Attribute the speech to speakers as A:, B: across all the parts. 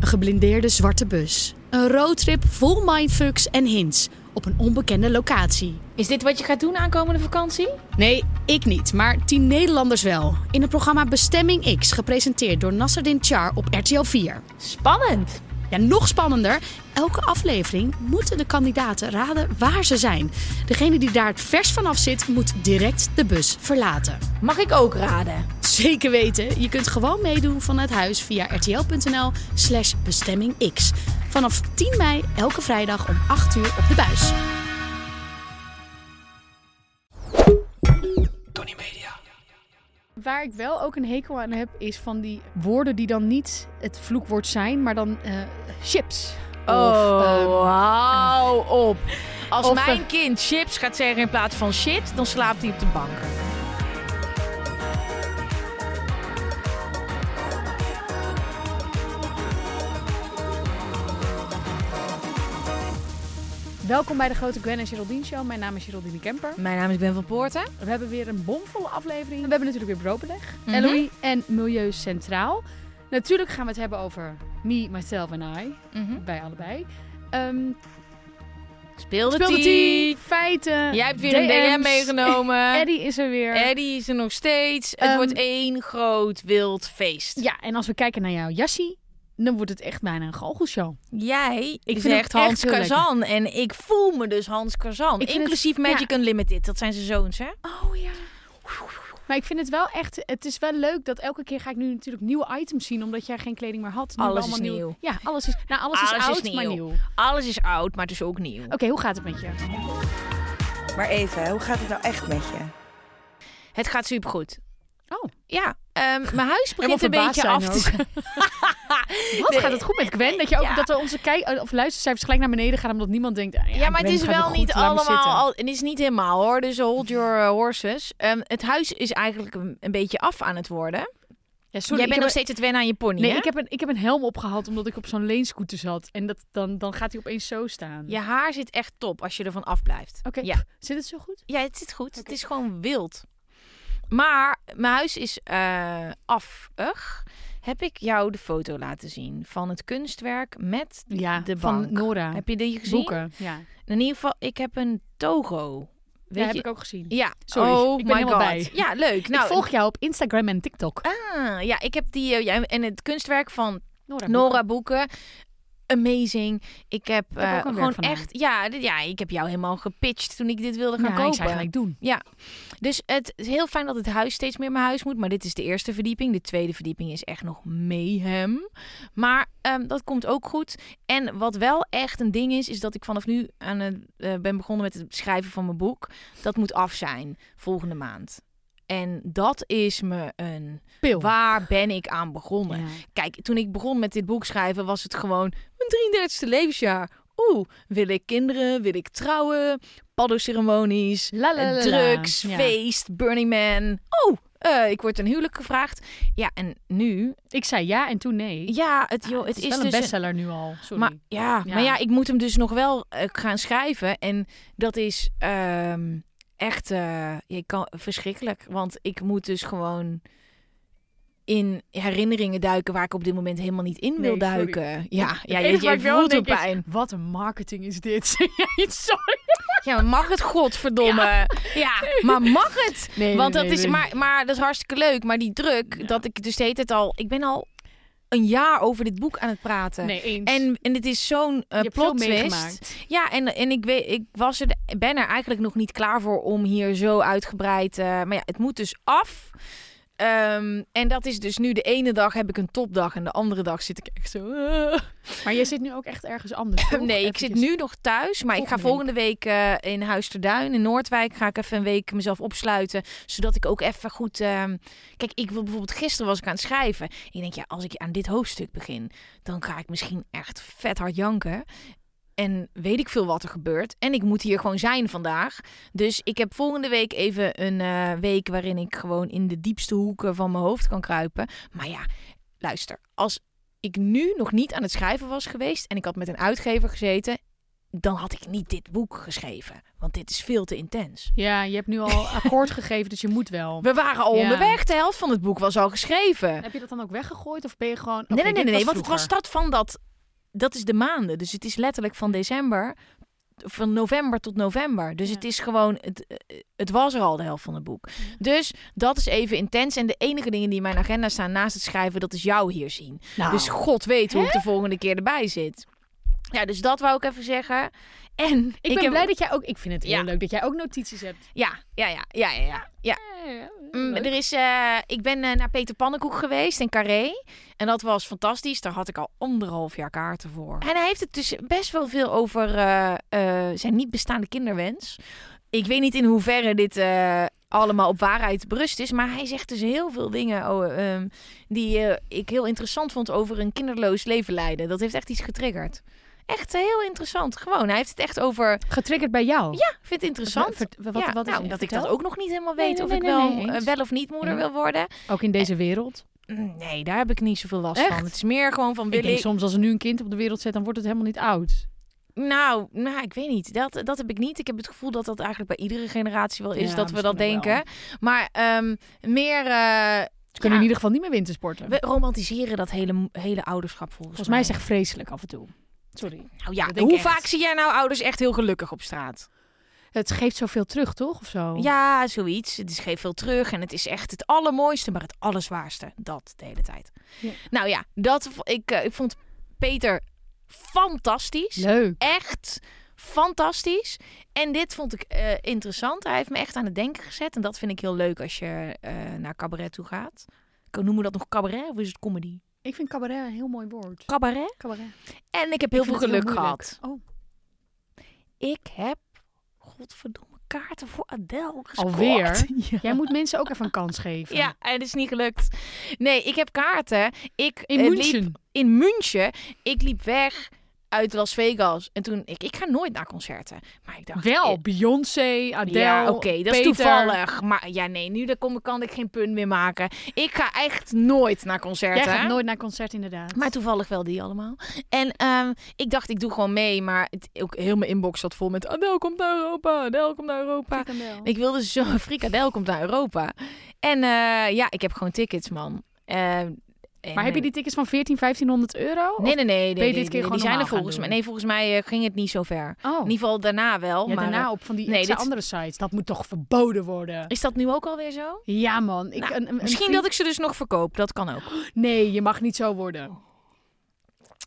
A: Een geblindeerde zwarte bus. Een roadtrip vol mindfucks en hints op een onbekende locatie.
B: Is dit wat je gaat doen aankomende vakantie?
A: Nee, ik niet, maar tien Nederlanders wel. In het programma Bestemming X, gepresenteerd door Nasserdin Char op RTL 4.
B: Spannend.
A: Ja, nog spannender. Elke aflevering moeten de kandidaten raden waar ze zijn. Degene die daar het vers vanaf zit, moet direct de bus verlaten.
B: Mag ik ook raden?
A: Zeker weten. Je kunt gewoon meedoen vanuit huis via rtl.nl slash bestemmingx. Vanaf 10 mei elke vrijdag om 8 uur op de buis.
C: Waar ik wel ook een hekel aan heb, is van die woorden die dan niet het vloekwoord zijn, maar dan eh, chips.
B: Oh,
C: Of, ehm,
B: hou op. Als
C: of,
B: mijn
C: eh,
B: kind chips gaat zeggen in plaats van shit, dan slaapt hij op de bank.
C: Welkom bij de Grote Gwen en Geraldine Show. Mijn naam is Geraldine Kemper.
B: Mijn naam is Ben van Poorten.
C: We hebben weer een bomvolle aflevering. We hebben natuurlijk weer broodbeleg,
B: Mhm.
C: LOE en Milieu Centraal. Natuurlijk gaan we het hebben over me, myself en I.
B: Mhm.
C: Bij allebei. Ehm
B: Speel de
C: speelde
B: tee.
C: feiten.
B: Jij hebt weer een DM
C: DM's.
B: meegenomen.
C: Eddie is er weer.
B: Eddie is er nog steeds. Het
C: Ehm,
B: wordt één groot wild feest.
C: Ja, en als we kijken naar jouw jassie, dan wordt het echt bijna een galgelshow.
B: Jij
C: vind
B: ik zegt
C: hem echt
B: Hans
C: heel lekker.
B: Kazan en ik voel me dus Hans Kazan.
C: Ik vind
B: Inclusief
C: het-
B: Magic Unlimited, dat zijn zijn zoons hè?
C: Oh ja. Maar ik vind het wel echt, het is wel leuk dat elke keer ga ik nu natuurlijk nieuwe items zien, omdat jij geen kleding meer had. Nu
B: Alles
C: allemaal
B: is
C: nieuw-
B: nieuw.
C: Ja, alles is, nou, alles
B: Alles
C: is
B: is
C: oud, maar
B: nieuw.
C: nieuw. Oké,
B: Alles is oud, maar het is ook nieuw.
C: hoe gaat het met je?
D: Maar even, hoe gaat het nou echt met je?
B: Het gaat supergoed.
C: Oh.
B: Ja, ehm, mijn huis begint een
C: verbaasd
B: beetje
C: zijn
B: af te
C: ook. Wat
B: Nee.
C: gaat het goed met Gwen? Dat, je ook,
B: Ja.
C: dat we onze kijk, eh, of luistercijfers gelijk naar beneden gaan, omdat niemand denkt, ah, ja,
B: Ja, maar het
C: Gwen
B: is
C: gaat
B: wel
C: goed,
B: niet
C: laat maar zitten.
B: allemaal. Al, het is niet helemaal hoor. Dus hold your eh, horses. Ehm, het huis is eigenlijk een, een beetje af aan het worden.
C: Ja, sorry,
B: Jij
C: ik
B: bent
C: heb
B: nog steeds het wennen aan je pony.
C: Nee,
B: hè?
C: ik heb, een, ik heb een helm opgehaald omdat ik op zo'n leenscooter zat. En dat, dan, dan gaat hij opeens zo staan.
B: Je haar zit echt top als je ervan afblijft.
C: Oké,
B: Ja.
C: zit het zo goed?
B: ja, het zit goed. Het is gewoon wild. Maar mijn huis is eh af. Ugh. Heb ik jou de foto laten zien van het kunstwerk met.
C: Ja,
B: de bank.
C: van Nora.
B: Heb je die gezien?
C: Boeken. Ja,
B: In ieder geval, ik heb een togo. Weet
C: ja
B: je?
C: heb ik ook gezien.
B: Ja,
C: Sorry,
B: oh
C: ik ben
B: my
C: helemaal
B: God.
C: bij.
B: Ja, leuk. Nou,
C: ik volg jou op Instagram en TikTok.
B: Ah, ja, ik heb die eh, ja, en het kunstwerk van
C: Nora.
B: Nora Boeken. Amazing. Ik heb
C: heb
B: eh,
C: ook een
B: gewoon
C: werk van haar.
B: echt. Ja, dit- ja, ik heb jou helemaal gepitcht toen ik dit wilde gaan
C: gaan ja,
B: kopen.
C: ik zei gelijk doen.
B: Dus het is heel fijn dat het huis steeds meer mijn huis moet. Maar dit is de eerste verdieping. De tweede verdieping is echt nog mayhem. Maar ehm, dat komt ook goed. En wat wel echt een ding is, is dat ik vanaf nu aan het, eh, ben begonnen met het schrijven van mijn boek. Dat moet af zijn volgende maand. En dat is me een.
C: Pil.
B: Waar ben ik aan begonnen?
C: Oh. Ja.
B: Kijk, toen ik begon met dit boek schrijven, was het gewoon mijn 33ste levensjaar. Oeh, wil ik kinderen? Wil ik trouwen? Paddoceremonies,
C: La, la, la, la.
B: Eh, drugs,
C: Ja.
B: feest, Burning Man. Oeh, eh, ik word een huwelijk gevraagd. Ja, en nu?
C: Ik zei ja en toen nee.
B: Ja, het, joh,
C: Ah,
B: het, is,
C: wel
B: dus
C: een bestseller nu al. Sorry.
B: maar ja,
C: Ja.
B: maar ja, ik moet hem dus nog wel eh, gaan schrijven. En dat is ehm, echt eh, je kan, verschrikkelijk. Want ik moet dus gewoon in herinneringen duiken waar ik op dit moment helemaal niet in wil
C: Nee, sorry.
B: duiken. Ja, ja
C: Het
B: je,
C: enige
B: je
C: waar ik wel aan
B: voelt de
C: denk is,
B: pijn.
C: wat een marketing is dit. Sorry.
B: Ja, maar mag het godverdomme. Ja, maar mag het?
C: Nee,
B: Want dat is, maar, maar dat is hartstikke leuk. Maar die druk, dat ik dus de hele tijd al, ik ben al een jaar over dit boek aan het praten.
C: Nee, eens. Je
B: En, en het is zo'n eh
C: hebt veel
B: plot twist.
C: meegemaakt.
B: Ja, en, en ik, weet, ik was er, ben er eigenlijk nog niet klaar voor om hier zo uitgebreid. eh, maar ja, het moet dus af. Eh, Ehm, en dat is dus nu de ene dag heb ik een topdag en de andere dag zit ik echt zo. eh,
A: Maar je zit nu ook echt ergens anders. toch?
B: nee, ik
A: Eventjes.
B: zit nu nog thuis, maar ik ga
A: Volgende
B: volgende week eh, in Huis ter Duin in Noordwijk ga ik even een week mezelf opsluiten, zodat ik ook even goed. ehm, Kijk, ik wil bijvoorbeeld gisteren was ik aan het schrijven. Ik denk ja, als ik aan dit hoofdstuk begin, dan ga ik misschien echt vet hard janken. En weet ik veel wat er gebeurt. En ik moet hier gewoon zijn vandaag. Dus ik heb volgende week even een eh, week waarin ik gewoon in de diepste hoeken van mijn hoofd kan kruipen. Maar ja, luister, als ik nu nog niet aan het schrijven was geweest en ik had met een uitgever gezeten, dan had ik niet dit boek geschreven. Want dit is veel te intens.
A: Ja, je hebt nu al akkoord gegeven, dus je moet wel.
B: We waren al
A: Ja.
B: onderweg, de helft van het boek was al geschreven.
A: Heb je dat dan ook weggegooid of ben je gewoon...
B: Nee,
A: Oké,
B: nee, nee,
A: dit
B: nee, want het was
A: vroeger.
B: start van dat. Dat is de maanden. Dus het is letterlijk van december. Van november tot november. Dus
A: Ja.
B: het is gewoon. Het, eh, het was er al de helft van het boek. Dus dat is even intens. En de enige dingen die in mijn agenda staan naast het schrijven, dat is jou hier zien.
A: Nou.
C: Ah.
B: Dus god weet hoe ik de volgende keer erbij zit. Ja, dus dat wou ik even zeggen. En
C: Ik, ben
B: heb-
C: blij dat jij ook... Ik vind het heel
B: Ja.
C: leuk dat jij ook notities hebt.
B: Ja, ja, ja, ja, ja. ja. ja. Mm,
C: leuk.
B: er is, eh, ik ben eh, naar Peter Pannenkoek geweest in Carré. En dat was fantastisch. Daar had ik al anderhalf jaar kaarten voor. En hij heeft het dus best wel veel over eh, eh, zijn niet bestaande kinderwens. Ik weet niet in hoeverre dit eh, allemaal op waarheid berust is. Maar hij zegt dus heel veel dingen oh, ehm, die eh, ik heel interessant vond over een kinderloos leven leiden. Dat heeft echt iets getriggerd. Echt heel interessant. Gewoon, hij heeft het echt over...
C: Getriggerd bij jou?
B: Ja, ik vind het interessant.
C: Vert- Wat, wat,
B: Ja,
C: wat is
B: nou,
C: het?
B: dat ik
C: Vertel.
B: dat ook nog niet helemaal
C: Nee,
B: weet
C: nee,
B: of
C: nee,
B: ik
C: nee,
B: wel,
C: nee,
B: eh,
C: eens.
B: wel of niet moeder
C: Ja.
B: wil worden.
C: Ook in
B: Eh,
C: deze wereld?
B: Nee, daar heb ik niet zoveel last
C: Echt?
B: van. Het is meer gewoon van
C: Ik
B: wil
C: denk
B: ik...
C: soms als er nu een kind op de wereld zet, dan wordt het helemaal niet oud.
B: Nou, nou, ik weet niet. Dat, dat heb ik niet. Ik heb het gevoel dat dat eigenlijk bij iedere generatie wel is
C: Ja,
B: dat we dat
C: misschien ook
B: denken. Maar ehm, meer eh,
C: Ze kunnen in
B: Ja.
C: ieder geval niet meer wintersporten.
B: we romantiseren dat hele, hele ouderschap volgens,
C: Volgens mij is het echt vreselijk af en toe. Sorry.
B: Nou ja,
C: dat denk
B: hoe
C: ik echt.
B: vaak zie jij nou ouders echt heel gelukkig op straat?
C: Het geeft zoveel terug, toch? Of zo?
B: Ja, zoiets. Het is geeft veel terug en het is echt het allermooiste, maar het allerzwaarste. Dat de hele tijd.
C: Ja.
B: Nou ja, dat, v- ik, eh, ik vond Peter fantastisch.
C: Leuk.
B: Echt fantastisch. En dit vond ik eh, interessant. Hij heeft me echt aan het denken gezet. En dat vind ik heel leuk als je eh, naar cabaret toe gaat. Kan- Noemen we dat nog cabaret of is het comedy?
C: Ik vind cabaret een heel mooi woord.
B: Cabaret.
C: Cabaret.
B: En ik heb heel
C: Ik
B: veel
C: vind het heel
B: geluk
C: moeilijk.
B: gehad.
C: Oh.
B: Ik heb, godverdomme, kaarten voor Adele gescoord.
C: Alweer? Jij moet mensen ook even een kans geven.
B: Ja, en het is niet gelukt. Nee, ik heb kaarten. Ik
C: In
B: eh,
C: München.
B: liep in München. Ik liep weg uit Las Vegas. En toen, ik, ik ga nooit naar concerten. Maar ik dacht...
C: Wel,
B: eh,
C: Beyoncé, Adele,
B: ja, oké, dat is
C: Peter.
B: toevallig. Maar ja, nee, nu daar kom, ik- kan ik geen punt meer maken. Ik ga echt nooit naar
C: Jij
B: concerten.
C: gaat nooit naar concert, inderdaad.
B: Maar toevallig wel die allemaal. En ehm, ik dacht, ik doe gewoon mee. Maar het, ook heel mijn inbox zat vol met... Adele komt naar Europa, Adele komt naar Europa. Ik wilde zo frikadel komt naar Europa. En eh, ja, ik heb gewoon tickets, man. Eh, en-
C: Maar heb je die tickets van 14, 1500 euro?
B: Nee, nee, nee. nee,
C: dit
B: nee,
C: keer
B: nee,
C: gewoon
B: die zijn
C: normaal
B: er
C: gaan
B: volgens
C: doen?
B: mij. Nee, volgens mij eh, ging het niet zo ver.
C: Oh,
B: In ieder geval daarna wel.
C: ja,
B: maar
C: daarna
B: eh,
C: op van die
B: nee,
C: nee,
B: dit-
C: andere sites. Dat moet toch verboden worden?
B: is dat nu ook alweer zo?
C: Ja, man. Ik,
B: Nou,
C: een- een- een
B: Misschien
C: vriend-
B: dat ik ze dus nog verkoop. Dat kan ook.
C: Nee, je mag niet zo worden.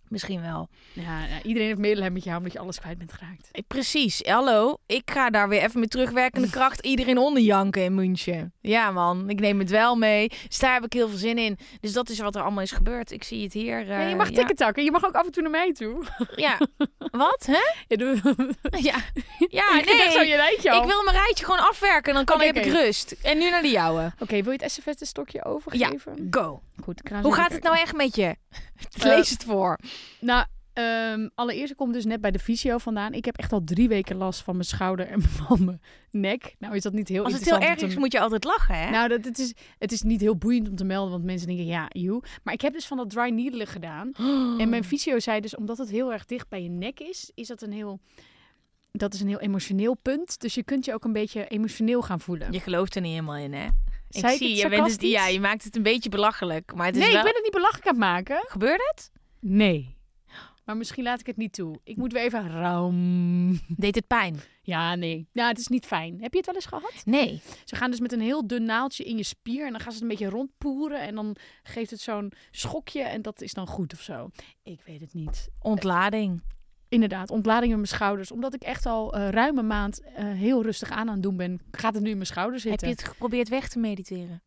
B: Misschien wel.
C: Ja, ja, iedereen heeft medelijden met jou omdat je alles kwijt bent geraakt.
B: Eh, Precies. Hallo. Ik ga daar weer even met terugwerkende kracht iedereen onderjanken in München. Ja, man. Ik neem het wel mee. Dus daar heb ik heel veel zin in. Dus dat is wat er allemaal is gebeurd. Ik zie het hier.
C: Ja,
B: eh,
C: je mag
B: ja.
C: ticket takken. Je mag ook af en toe naar mij toe.
B: Ja. Wat? Hè?
C: Ja, doe-
B: Ja. Ja,
C: je nee. zo
B: Ah, nee.
C: je rijtje al.
B: Ik wil mijn rijtje gewoon afwerken. Dan kan,
C: Oké,
B: heb ik
C: oké.
B: rust. En nu naar de jouwe.
C: Oké, wil je het SFS-stokje overgeven?
B: Go.
C: Goed, ik ga zo
B: Hoe gaat het
C: kijken.
B: nou echt met je?
C: Eh,
B: Lees het voor.
C: Nou, ehm, allereerst ik kom dus net bij de visio vandaan. Ik heb echt al drie weken last van mijn schouder en van mijn nek. Nou is dat niet heel
B: Als het heel
C: interessant.
B: erg
C: om
B: is,
C: te-
B: moet je altijd lachen, hè?
C: Nou, dat, het, is, het is niet heel boeiend om te melden, want mensen denken, ja, joe. Maar ik heb dus van dat dry needelen gedaan. En Nou,
B: Mm.
C: mijn visio zei dus, omdat het heel erg dicht bij je nek is, is dat een heel... Dat is een heel emotioneel punt. Dus je kunt je ook een beetje emotioneel gaan voelen.
B: Je gelooft er niet helemaal in, hè? Ik
C: Zei ik
B: zie,
C: het
B: je, bent het,
C: sarcastisch?
B: ja, je maakt het een beetje belachelijk. Maar het is
C: nee,
B: wel...
C: ik ben het niet belachelijk aan het maken.
B: Gebeurde het?
C: Nee. Maar misschien laat ik het niet toe. Ik moet weer even raam.
B: Deed het pijn?
C: Ja, nee. Nou, het is niet fijn. Heb je het wel eens gehad?
B: Nee.
C: Ze gaan dus met een heel dun naaldje in je spier en dan gaan ze het een beetje rondpoeren en dan geeft het zo'n schokje en dat is dan goed of zo. Ik weet het niet.
B: Ontlading.
C: Inderdaad, ontlading in mijn schouders. Omdat ik echt al eh, ruim een maand eh, heel rustig aan aan het doen ben, gaat het nu in mijn schouders
B: Heb je
C: zitten.
B: het geprobeerd weg te mediteren?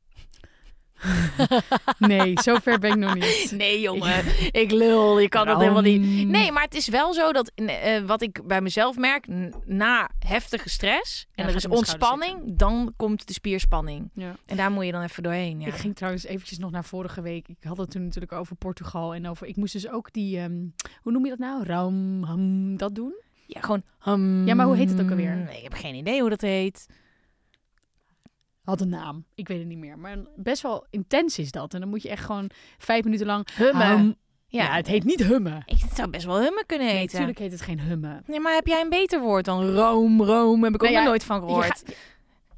C: Nee, zover ben ik nog niet.
B: Nee, jongen. ik lul. Je kan dat helemaal niet.
C: Ram.
B: Nee, maar het is wel zo dat eh, eh, wat ik bij mezelf merk, n- na heftige stress
A: Ja,
B: en er
A: gaat
B: is
A: in de schouder
B: ontspanning, dan komt de spierspanning.
C: Ja.
B: En daar moet je dan even doorheen. Ja.
C: Ik ging trouwens eventjes nog naar vorige week. Ik had het toen natuurlijk over Portugal en over. Ik moest dus ook die. ehm, hoe noem je dat nou? Raum, ham, dat doen.
B: Ja, gewoon. hmm.
C: Ja, maar hoe heet het ook alweer?
B: Ik heb geen idee hoe dat heet.
C: Had een naam. Ik weet het niet meer. Maar een- best wel intens is dat. En dan moet je echt gewoon vijf minuten lang.
B: Ham.
C: ham-
B: Ja,
C: Ja, het heet niet hummen.
B: ik het zou best wel hummen kunnen heten.
C: Nee, natuurlijk heet het geen hummen.
B: Nee, maar heb jij een beter woord dan room, room? Heb ik ook
C: Nou ja,
B: nog nooit van gehoord.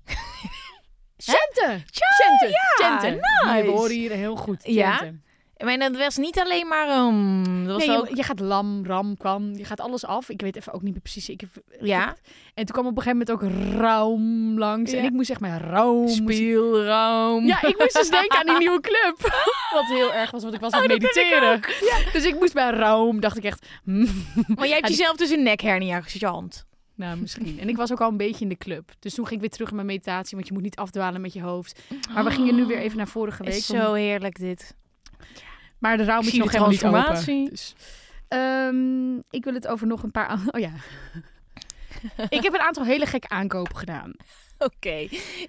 C: Centen!
B: Tja,
C: Centen!
B: ja,
C: Centen!
B: nice.
C: We horen hier heel goed.
B: Ja?
C: Centen.
B: Maar dat was niet alleen maar um, dat was
C: Nee, je-
B: ook
C: je, gaat lam, ram, kwam. Je gaat alles af. Ik weet even ook niet meer precies. Ik heb-
B: ja,
C: En toen kwam op een gegeven moment ook raum langs. En
B: Ja.
C: ik moest echt maar raum.
B: spielroom.
C: Ja, ik moest dus denken aan die nieuwe club. Wat heel erg was, want ik was aan het mediteren. Ja. Dus ik moest bij raum, dacht ik echt. hmm,
B: Maar jij
C: Ja,
B: hebt
C: die-
B: jezelf dus een nekhernia gejant.
C: Nou, misschien. En ik was ook al een beetje in de club. Dus toen ging ik weer terug in mijn meditatie, want je moet niet afdwalen met je hoofd. Maar we gingen nu weer even naar vorige week.
B: Is
C: om-
B: zo heerlijk dit.
C: Maar de raam
B: Ik
C: is
B: zie
C: nog
B: de
C: helemaal niet
B: transformatie.
C: open. Dus. Ehm, ik wil het over nog een paar... aan- Oh ja. ik heb een aantal hele gekke aankopen gedaan.
B: Oké.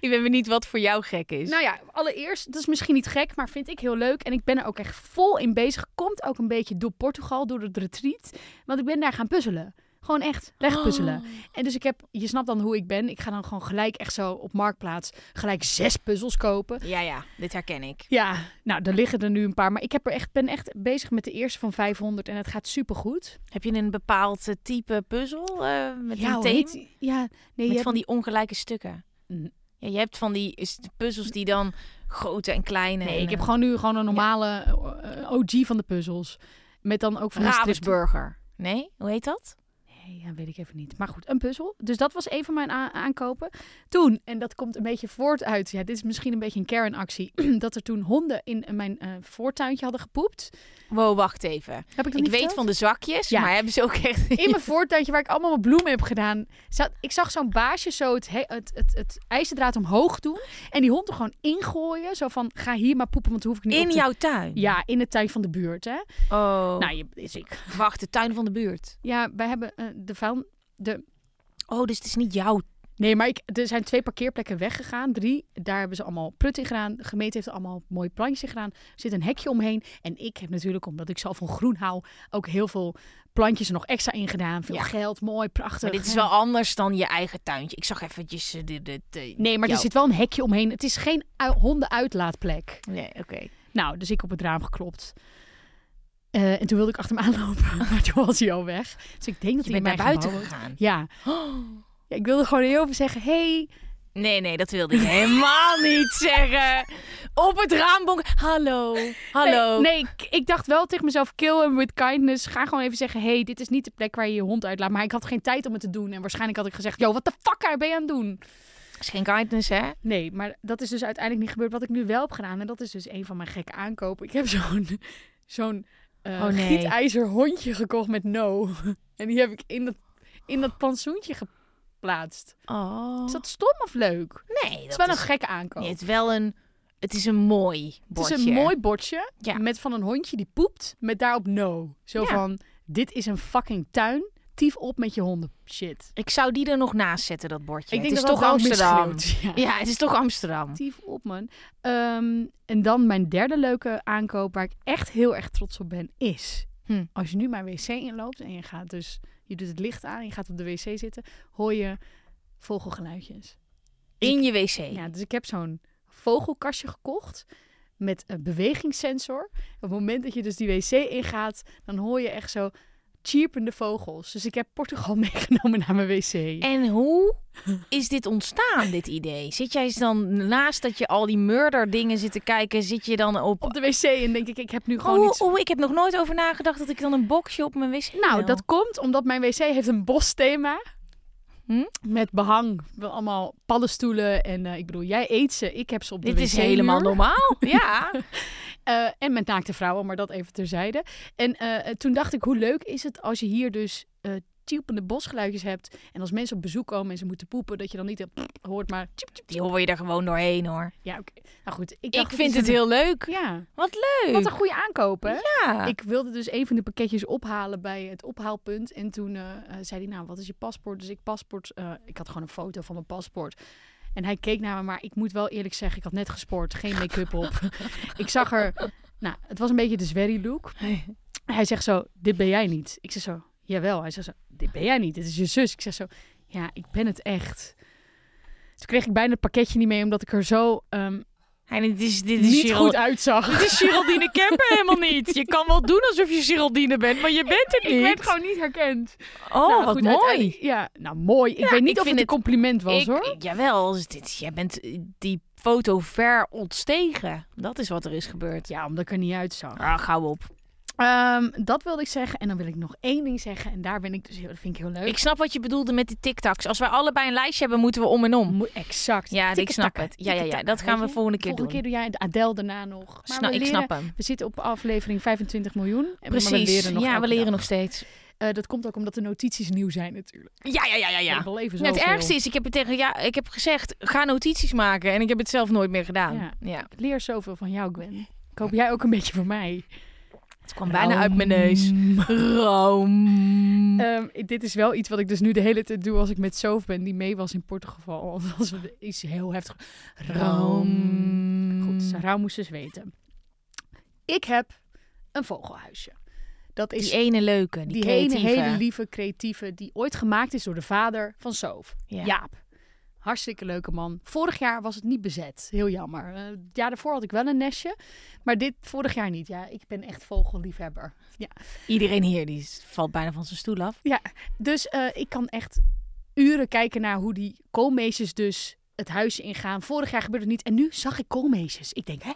B: Ik ben benieuwd wat voor jou gek is.
C: Nou ja, allereerst, dat is misschien niet gek, maar vind ik heel leuk. En ik ben er ook echt vol in bezig. Komt ook een beetje door Portugal, door het retreat. Want ik ben daar gaan puzzelen. Gewoon echt wegpuzzelen.
B: Oh.
C: En dus ik heb, je snapt dan hoe ik ben. Ik ga dan gewoon gelijk echt zo op Marktplaats gelijk zes puzzels kopen.
B: Ja, ja, dit herken ik.
C: Ja, nou, er liggen er nu een paar. Maar ik heb er echt, ben echt bezig met de eerste van 500 en het gaat supergoed.
B: Heb je een bepaald eh, type puzzel eh, met
C: ja,
B: een
C: hoe
B: thema?
C: heet die? Ja, nee, je
B: met
C: hebt-
B: van die ongelijke stukken.
C: Mm.
B: Ja, je hebt van die is, puzzels die dan grote en kleine.
C: nee,
B: en,
C: ik heb
B: eh,
C: gewoon nu gewoon een normale eh, OG van de puzzels. Met dan ook van die strip-
B: Ravensburger. Nee, hoe heet dat?
C: Nee, ja, weet ik even niet. Maar goed, een puzzel. Dus dat was een van mijn a- aankopen. Toen, en dat komt een beetje voort uit... Ja, dit is misschien een beetje een kernactie... dat er toen honden in mijn eh, voortuintje hadden gepoept.
B: Wow, wacht even.
C: Heb ik dat
B: Ik
C: niet
B: weet
C: verteld?
B: van de zakjes,
C: Ja.
B: maar hebben ze ook echt...
C: In mijn voortuintje waar ik allemaal mijn bloemen heb gedaan. Zat, ik zag zo'n baasje zo het, he- het, het, het ijzerdraad omhoog doen. En die hond er gewoon ingooien. Zo van, ga hier maar poepen, want dan hoef ik niet op
B: In
C: te-
B: jouw tuin?
C: Ja, in de tuin van de buurt, hè.
B: Oh,
C: Nou, je, is ik.
B: wacht, de tuin van de buurt.
C: Ja, wij hebben eh, de vuil... De...
B: Oh, dus het is niet jouw...
C: Nee, maar ik, er zijn twee parkeerplekken weggegaan. Drie, daar hebben ze allemaal prut in gedaan. De gemeente heeft er allemaal mooie plantjes in gedaan. Er zit een hekje omheen. En ik heb natuurlijk, omdat ik zelf van groen hou... ook heel veel plantjes er nog extra in gedaan. Veel
B: Ja.
C: geld, mooi, prachtig.
B: Maar dit is
C: Ja.
B: wel anders dan je eigen tuintje. Ik zag eventjes eh, de... de, de-
C: Nee, maar
B: jouw-
C: er zit wel een hekje omheen. Het is geen ui- hondenuitlaatplek.
B: Nee, oké.
C: Nou, dus ik op het raam geklopt. Eh, en toen wilde ik achter hem aanlopen, maar toen was hij al weg. Dus ik denk dat
B: Je
C: hij mij
B: bent naar buiten
C: gebouwd-
B: gegaan.
C: Ja. ja. Ik wilde gewoon heel even zeggen, hey.
B: Nee, nee, dat wilde ik helemaal niet zeggen. Op het raam bonk. Hallo, hallo.
C: Nee, nee, ik, ik dacht wel tegen mezelf, kill him with kindness. Ga gewoon even zeggen, hey, dit is niet de plek waar je je hond uitlaat. Maar ik had geen tijd om het te doen. En waarschijnlijk had ik gezegd, yo, wat de fuck ben je aan het doen?
B: Dat is geen kindness, hè?
C: Nee, maar dat is dus uiteindelijk niet gebeurd. Wat ik nu wel heb gedaan, en dat is dus een van mijn gekke aankopen. Ik heb zo'n zo'n eh
B: Oh, nee.
C: gietijzer hondje gekocht met no. En die heb ik in dat, in dat plantsoentje geplaatst.
B: Oh.
C: Is dat stom of leuk? Het
B: Nee, dat
C: is wel een gekke aankoop.
B: nee, het is wel een... Het is een mooi
C: het
B: bordje.
C: is een mooi bordje
B: Ja.
C: met van een hondje die poept met daarop no. Zo
B: Ja.
C: van, dit is een fucking tuin. Tief op met je honden. Shit.
B: Ik zou die er nog naast zetten, dat bordje.
C: Ik denk
B: het is
C: dat
B: toch
C: dat wel
B: Amsterdam.
C: misgroeit, ja.
B: Ja, het is toch Amsterdam.
C: actief op, man. Ehm, en dan mijn derde leuke aankoop waar ik echt heel erg trots op ben, is...
B: Hm.
C: Als je nu mijn wc inloopt en je gaat dus... Je doet het licht aan, je gaat op de wc zitten, hoor je vogelgeluidjes.
B: In je wc.
C: Ja, dus ik heb zo'n vogelkastje gekocht met een bewegingssensor. Op het moment dat je dus die wc ingaat, dan hoor je echt zo chirpende vogels. Dus ik heb Portugal meegenomen naar mijn wc.
B: En hoe is dit ontstaan, dit idee? Zit jij eens dan naast dat je al die murder dingen zit te kijken, zit je dan op...
C: Op de wc en denk ik, ik heb nu gewoon
B: Oh,
C: iets
B: oh, ik heb nog nooit over nagedacht dat ik dan een boxje op mijn wc
C: Nou,
B: wil.
C: dat komt omdat mijn wc heeft een bosthema.
B: Hm?
C: Met behang. Wel Allemaal paddenstoelen. En eh, ik bedoel, jij eet ze. Ik heb ze op de
B: Dit is
C: wc -muur.
B: helemaal normaal. Ja.
C: Eh, en met naakte vrouwen, maar dat even terzijde. En eh, toen dacht ik, hoe leuk is het als je hier dus eh, tjilpende bosgeluidjes hebt. En als mensen op bezoek komen en ze moeten poepen, dat je dan niet een hoort, maar... tjiep, tjiep,
B: Die hoor je er gewoon doorheen hoor.
C: Ja, oké. Nou goed, ik,
B: Ik,
C: dacht,
B: vind
C: is
B: het
C: een-
B: heel leuk.
C: Ja,
B: Wat leuk.
C: wat een goede aankoop, hè?
B: ja.
C: Ik wilde dus een van de pakketjes ophalen bij het ophaalpunt. En toen eh, eh, zei hij, nou, wat is je paspoort? Dus ik paspoort... eh, ik had gewoon een foto van mijn paspoort. En hij keek naar me, maar ik moet wel eerlijk zeggen, ik had net gesport. Geen make-up op. ik zag er... Nou, het was een beetje de zwerry look. Hij zegt zo, dit ben jij niet. Ik zeg zo, jawel. Hij zegt zo, dit ben jij niet. Dit is je zus. Ik zeg zo, ja, ik ben het echt. Toen kreeg ik bijna het pakketje niet mee, omdat ik er zo ehm,
B: Hey, dit is, dit is
C: niet
B: Gerald-
C: goed uitzag.
B: Dit is Geraldine Kemper helemaal niet. Je kan wel doen alsof je Geraldine bent, maar je bent het niet.
C: Ik werd gewoon niet herkend.
B: Oh,
C: Nou,
B: wat
C: goed,
B: mooi.
C: uiteindelijk- Ja, nou mooi. Ik weet niet
B: ik
C: of
B: vind
C: het een
B: het-
C: compliment was
B: Ik-
C: hoor.
B: Jawel, is dit, jij bent eh, die foto ver ontstegen. Dat is wat er is gebeurd.
C: Ja, omdat ik er niet uitzag.
B: Ah, gauw op.
C: Ehm, dat wilde ik zeggen. En dan wil ik nog één ding zeggen. En daar ben ik dus heel, dat vind ik heel leuk.
B: Ik snap wat je bedoelde met die TikToks. Als wij allebei een lijstje hebben, moeten we om en om.
C: Mo- exact.
B: Ja, ik snap
C: Tikketakken,
B: het. Ja, ja, ja.
C: tikketakken,
B: Dat gaan we
C: weet je.
B: volgende keer
C: Volgende keer
B: doen.
C: doe jij de Adele daarna nog. Maar
B: Sna-
C: we,
B: ik
C: leren,
B: snap hem.
C: we zitten op aflevering 25 miljoen. En- maar
B: Precies.
C: we leren nog
B: ja,
C: elke
B: we leren
C: dag.
B: nog steeds.
C: Eh, dat komt ook omdat de notities nieuw zijn natuurlijk.
B: Ja, ja, ja, ja, ja.
C: Ik beleef
B: Ja, het
C: zoveel.
B: ergste is, ik heb, het tegen, ja, ik heb gezegd, ga notities maken. En ik heb het zelf nooit meer gedaan.
C: Ja.
B: Ja.
C: Ik leer zoveel van jou, Gwen. Ik hoop jij ook een beetje van mij.
B: Het kwam bijna uit mijn neus. Eh, Room.
C: Ehm, ik- dit is wel iets wat ik dus nu de hele tijd doe als ik met Sof ben die mee was in Portugal. Want Als we iets heel heftig. Room. Goed, Sarah moest dus weten. Ik heb een vogelhuisje. Dat is
B: Die ene leuke, die,
C: die, ene
B: creatieve.
C: hele lieve creatieve die ooit gemaakt is door de vader van Sof.
B: Ja.
C: Jaap. Hartstikke leuke man. Vorig jaar was het niet bezet. Heel jammer. Eh, het jaar daarvoor had ik wel een nestje. Maar dit vorig jaar niet. Ja, ik ben echt vogelliefhebber. Ja.
B: Iedereen hier die s- valt bijna van zijn stoel af.
C: Dus eh, ik kan echt uren kijken naar hoe die koolmeesjes dus het huis ingaan. Vorig jaar gebeurde het niet en nu zag ik koolmeesjes. Ik denk, hè?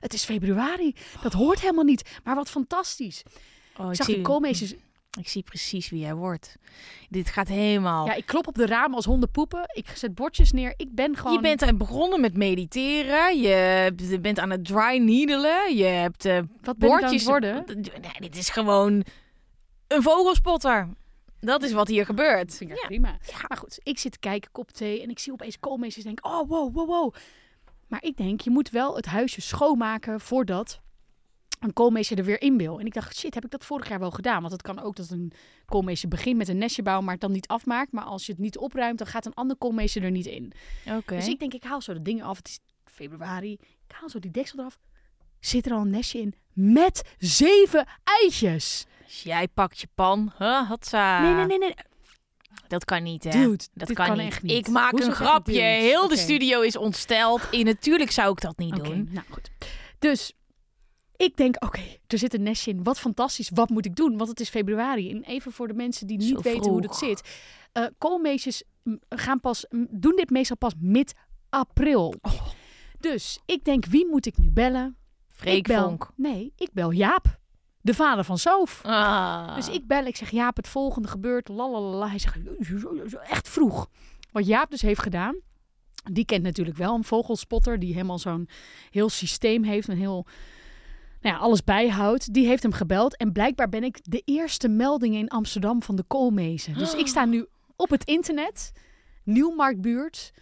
C: Het is februari. Dat hoort helemaal niet. Maar wat fantastisch.
B: Oh,
C: Ik zag die koolmeesjes.
B: ik zie precies wie jij wordt. Dit gaat helemaal.
C: Ja, ik klop op de ramen als honden poepen. Ik zet bordjes neer. Ik ben gewoon...
B: Je bent eh, begonnen met mediteren. Je hebt- je bent aan het dry needelen. Je hebt eh,
C: wat ben ik aan het
B: bordjes.
C: worden?
B: Nee, dit is gewoon een vogelspotter. Dat is wat hier
C: Dat
B: gebeurt.
C: vind ik echt prima. Maar goed, ik zit te kijken, kop thee. En ik zie opeens koolmeesters. En denk, oh, wow, wow, wow. Maar ik denk, je moet wel het huisje schoonmaken voordat een koolmeester er weer in wil. En ik dacht, shit, heb ik dat vorig jaar wel gedaan? Want het kan ook dat een koolmeester begint met een nestje bouwen, maar het dan niet afmaakt. Maar als je het niet opruimt, dan gaat een ander koolmeester er niet in.
B: Oké.
C: Dus ik denk, ik haal zo de dingen af. Het is februari. Ik haal zo die deksel eraf. Zit er al een nestje in met zeven eitjes?
B: Dus jij pakt je pan. Huh, hatsa.
C: Nee, nee, nee, nee.
B: Dat kan niet, hè?
C: Dude,
B: dat
C: dit
B: kan,
C: kan
B: niet.
C: echt niet.
B: Ik maak
C: Hoezo
B: een
C: echt
B: grapje.
C: dude?
B: Heel de
C: Oké.
B: studio is ontsteld. En natuurlijk zou ik dat niet
C: Oké,
B: doen.
C: nou goed. Dus ik denk, oké, er zit een nestje in. Wat fantastisch. Wat moet ik doen? Want het is februari. En even voor de mensen die niet
B: Zo
C: weten hoe dat
B: vroeg.
C: zit. Eh koolmeesjes m, gaan pas, m, doen dit meestal pas mid-april.
B: Oh.
C: Dus ik denk, wie moet ik nu bellen? ik
B: Freek
C: bel,
B: Vonk.
C: Nee, ik bel Jaap. De vader van Soof.
B: Ah.
C: Dus ik bel, ik zeg Jaap, het volgende gebeurt. Lalalala. Hij zegt, "Zo, zo, zo." echt vroeg. Wat Jaap dus heeft gedaan, die kent natuurlijk wel een vogelspotter, die helemaal zo'n heel systeem heeft, een heel, nou ja, alles bijhoudt. Die heeft hem gebeld en blijkbaar ben ik de eerste melding in Amsterdam van de koolmezen. Dus ik sta nu op het internet, Nieuwmarktbuurt,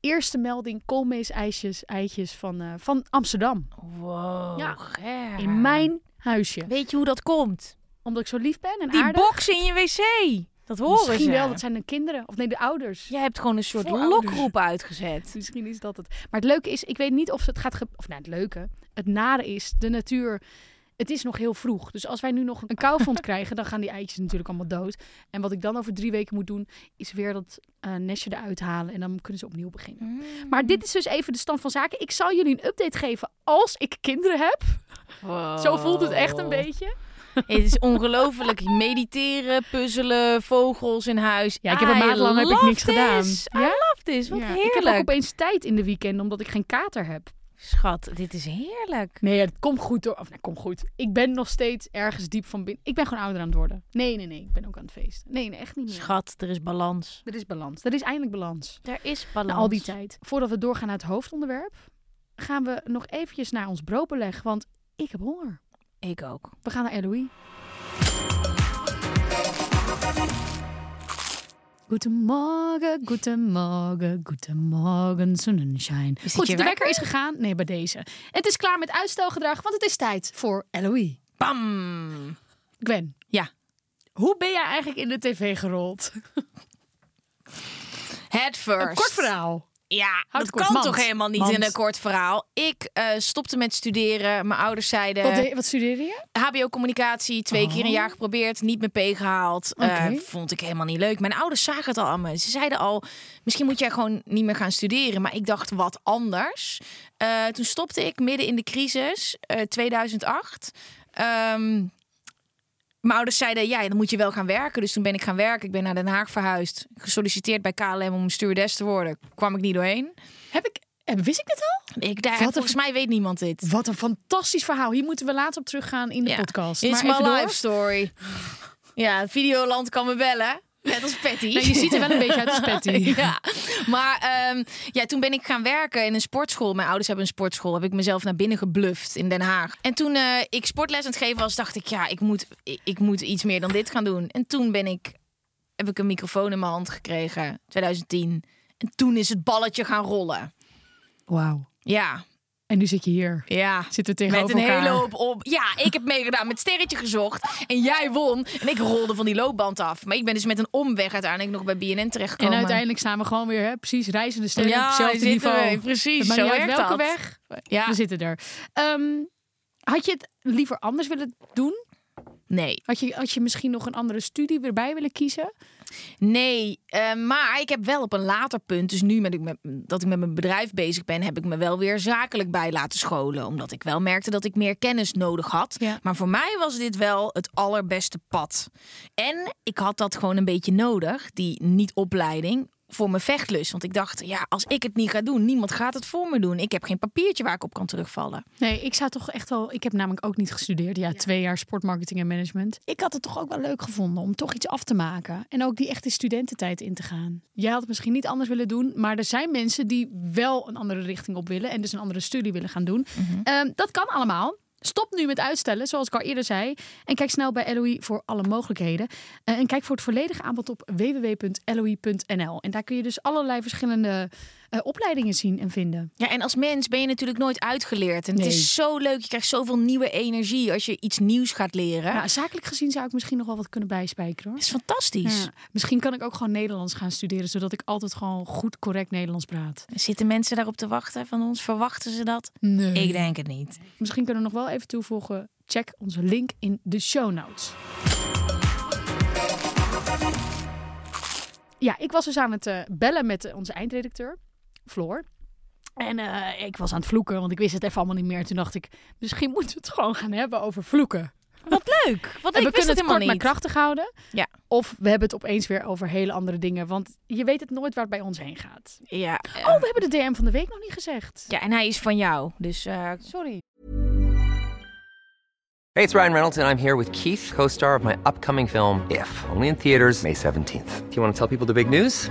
C: eerste melding koolmeesijsjes eitjes van, eh, van Amsterdam.
B: Oh, Wow,
C: Ja.
B: Ger.
C: In mijn huisje.
B: Weet je hoe dat komt?
C: Omdat ik zo lief ben en
B: Die
C: aardig.
B: box in je wc. Dat horen
C: Misschien
B: ze.
C: wel, dat zijn de kinderen. Of nee, de ouders.
B: Jij hebt gewoon een soort
C: Voorouders.
B: lokroep uitgezet.
C: Misschien is dat het. Maar het leuke is, ik weet niet of ze het gaat... ge- Of nou, het leuke. Het nare is, de natuur... Het is nog heel vroeg. Dus als wij nu nog een kouvond krijgen, dan gaan die eitjes natuurlijk allemaal dood. En wat ik dan over drie weken moet doen, is weer dat eh, nestje eruit halen. En dan kunnen ze opnieuw beginnen.
B: Mm.
C: Maar dit is dus even de stand van zaken. Ik zal jullie een update geven als ik kinderen heb. Zo voelt het echt een beetje.
B: Het is ongelooflijk. Mediteren, puzzelen, vogels in huis.
C: Ja, ik heb een
B: I
C: maand lang heb ik
B: love
C: niks gedaan.
B: this. I
C: Ja?
B: love this. Wat
C: Ja, Ik heb ook
B: heerlijk.
C: opeens tijd in de weekenden, omdat ik geen kater heb.
B: Schat, dit is heerlijk.
C: Nee, het komt goed door. Of nou, komt goed. Ik ben nog steeds ergens diep van binnen. Ik ben gewoon ouder aan het worden. Nee, nee, nee. Ik ben ook aan het feesten. Nee, nee echt niet meer.
B: Schat, er is balans.
C: Er is balans. Er is eindelijk balans.
B: Er is balans.
C: Na al die tijd. Voordat we doorgaan naar het hoofdonderwerp, gaan we nog eventjes naar ons broodbeleg. Want ik heb honger.
B: Ik ook.
C: We gaan naar Eloï. Goedemorgen, goedemorgen, goedemorgen, sunshine.
B: dit
C: Goed,
B: je
C: de wekker is gegaan. Nee, bij deze. Het is klaar met uitstelgedrag, want het is tijd voor LOE.
B: Bam!
C: Gwen,
B: Ja.
C: hoe ben jij eigenlijk in de tv gerold?
B: Het
C: Een
B: first.
C: Eh, kort verhaal.
B: Ja,
C: Houd
B: dat
C: kort,
B: kan
C: mand.
B: toch helemaal niet
C: Mand.
B: in een kort verhaal. Ik eh, stopte met studeren. Mijn ouders zeiden...
C: Wat, deed- wat studeerde je?
B: HBO-communicatie, twee keer een jaar geprobeerd, niet mijn P gehaald. Eh,
C: Oh. Oké.
B: vond ik helemaal niet leuk. Mijn ouders zagen het al aan me. Ze zeiden al, misschien moet jij gewoon niet meer gaan studeren. Maar ik dacht, wat anders. Eh, toen stopte ik midden in de crisis, eh, 2008. Ehm, mijn ouders zeiden, ja, dan moet je wel gaan werken. Dus toen ben ik gaan werken. Ik ben naar Den Haag verhuisd. Gesolliciteerd bij KLM om stewardess te worden. Kwam ik niet doorheen.
C: Heb ik, eh, wist ik dit al?
B: Ik dacht,
C: Wat een
B: volgens
C: ver-
B: mij weet niemand dit.
C: Wat een fantastisch verhaal. Hier moeten we later op teruggaan in de podcast.
B: It's
C: maar even
B: my
C: door.
B: life story. Ja, Videoland kan me bellen. Net als Patty.
C: Nee, Nou, je ziet er wel een beetje uit als Patty.
B: Ja, maar ehm, ja, toen ben ik gaan werken in een sportschool. Mijn ouders hebben een sportschool. Heb ik mezelf naar binnen gebluft in Den Haag. En toen eh, ik sportles aan het geven was, dacht ik, ja, ik moet, ik, ik moet iets meer dan dit gaan doen. En toen ben ik, heb ik een microfoon in mijn hand gekregen, 2010. En toen is het balletje gaan rollen.
C: Wauw.
B: Ja,
C: En nu zit je hier.
B: ja.
C: Zitten we
B: Met
C: tegenover
B: een
C: elkaar.
B: hele hoop op. Ja, ik heb meegedaan met sterretje gezocht. En jij won. En ik rolde van die loopband af. Maar ik ben dus met een omweg uiteindelijk nog bij BNN terechtgekomen.
C: En uiteindelijk staan we gewoon weer, hè, precies, reizende sterren op
B: ja,
C: hetzelfde
B: zitten
C: niveau.
B: we. Precies,
C: Het maakt
B: zo
C: niet uit
B: werkt
C: welke
B: dat.
C: weg,
B: Ja.
C: we zitten er. Ehm, had je het liever anders willen doen?
B: Nee,
C: Had je, had je misschien nog een andere studie erbij willen kiezen?
B: nee. eh, maar ik heb wel op een later punt, dus nu met ik met, dat ik met mijn bedrijf bezig ben, heb ik me wel weer zakelijk bij laten scholen. Omdat ik wel merkte dat ik meer kennis nodig had.
C: Ja.
B: Maar voor mij was dit wel het allerbeste pad. En ik had dat gewoon een beetje nodig, die niet-opleiding, voor mijn vechtlust. Want ik dacht, ja, als ik het niet ga doen, niemand gaat het voor me doen. Ik heb geen papiertje waar ik op kan terugvallen.
C: Nee, ik zou toch echt wel... Ik heb namelijk ook niet gestudeerd. Ja, twee jaar sportmarketing en management. Ik had het toch ook wel leuk gevonden om toch iets af te maken. En ook die echte studententijd in te gaan. Jij had het misschien niet anders willen doen. Maar er zijn mensen die wel een andere richting op willen. En dus een andere studie willen gaan doen. Ehm, dat kan allemaal. Stop nu met uitstellen, zoals ik al eerder zei. En kijk snel bij LOE voor alle mogelijkheden. Eh, en kijk voor het volledige aanbod op www.loi.nl. En daar kun je dus allerlei verschillende eh, opleidingen zien en vinden.
B: Ja, en als mens ben je natuurlijk nooit uitgeleerd. En het
C: Nee.
B: is zo leuk. Je krijgt zoveel nieuwe energie als je iets nieuws gaat leren.
C: Nou, zakelijk gezien zou ik misschien nog wel wat kunnen bijspijkeren hoor.
B: Dat is fantastisch.
C: Ja. Misschien kan ik ook gewoon Nederlands gaan studeren, zodat ik altijd gewoon goed, correct Nederlands praat.
B: Zitten mensen daarop te wachten van ons? Verwachten ze dat?
C: Nee.
B: Ik denk het niet.
C: Misschien kunnen we nog wel even toevoegen. Check onze link in de show notes. Ja, ik was dus aan het eh, bellen met eh, onze eindredacteur, Floor. En eh, ik was aan het vloeken, want ik wist het even allemaal niet meer. Toen dacht ik, misschien moeten we het gewoon gaan hebben over vloeken.
B: Wat leuk.
C: En
B: Wat leuk.
C: we
B: Ik wist
C: kunnen het
B: het helemaal
C: kort
B: niet.
C: maar krachtig houden.
B: Ja.
C: Of we hebben het opeens weer over hele andere dingen. Want je weet het nooit waar het bij ons heen gaat.
B: Ja, eh,
C: Oh, we hebben de DM van de week nog niet gezegd.
B: ja, en hij is van jou. Dus eh,
C: Sorry.
E: Hey, it's Ryan Reynolds, and I'm here with Keith, co star of my upcoming film, If, only in theaters, May 17th. Do you want to tell people the big news?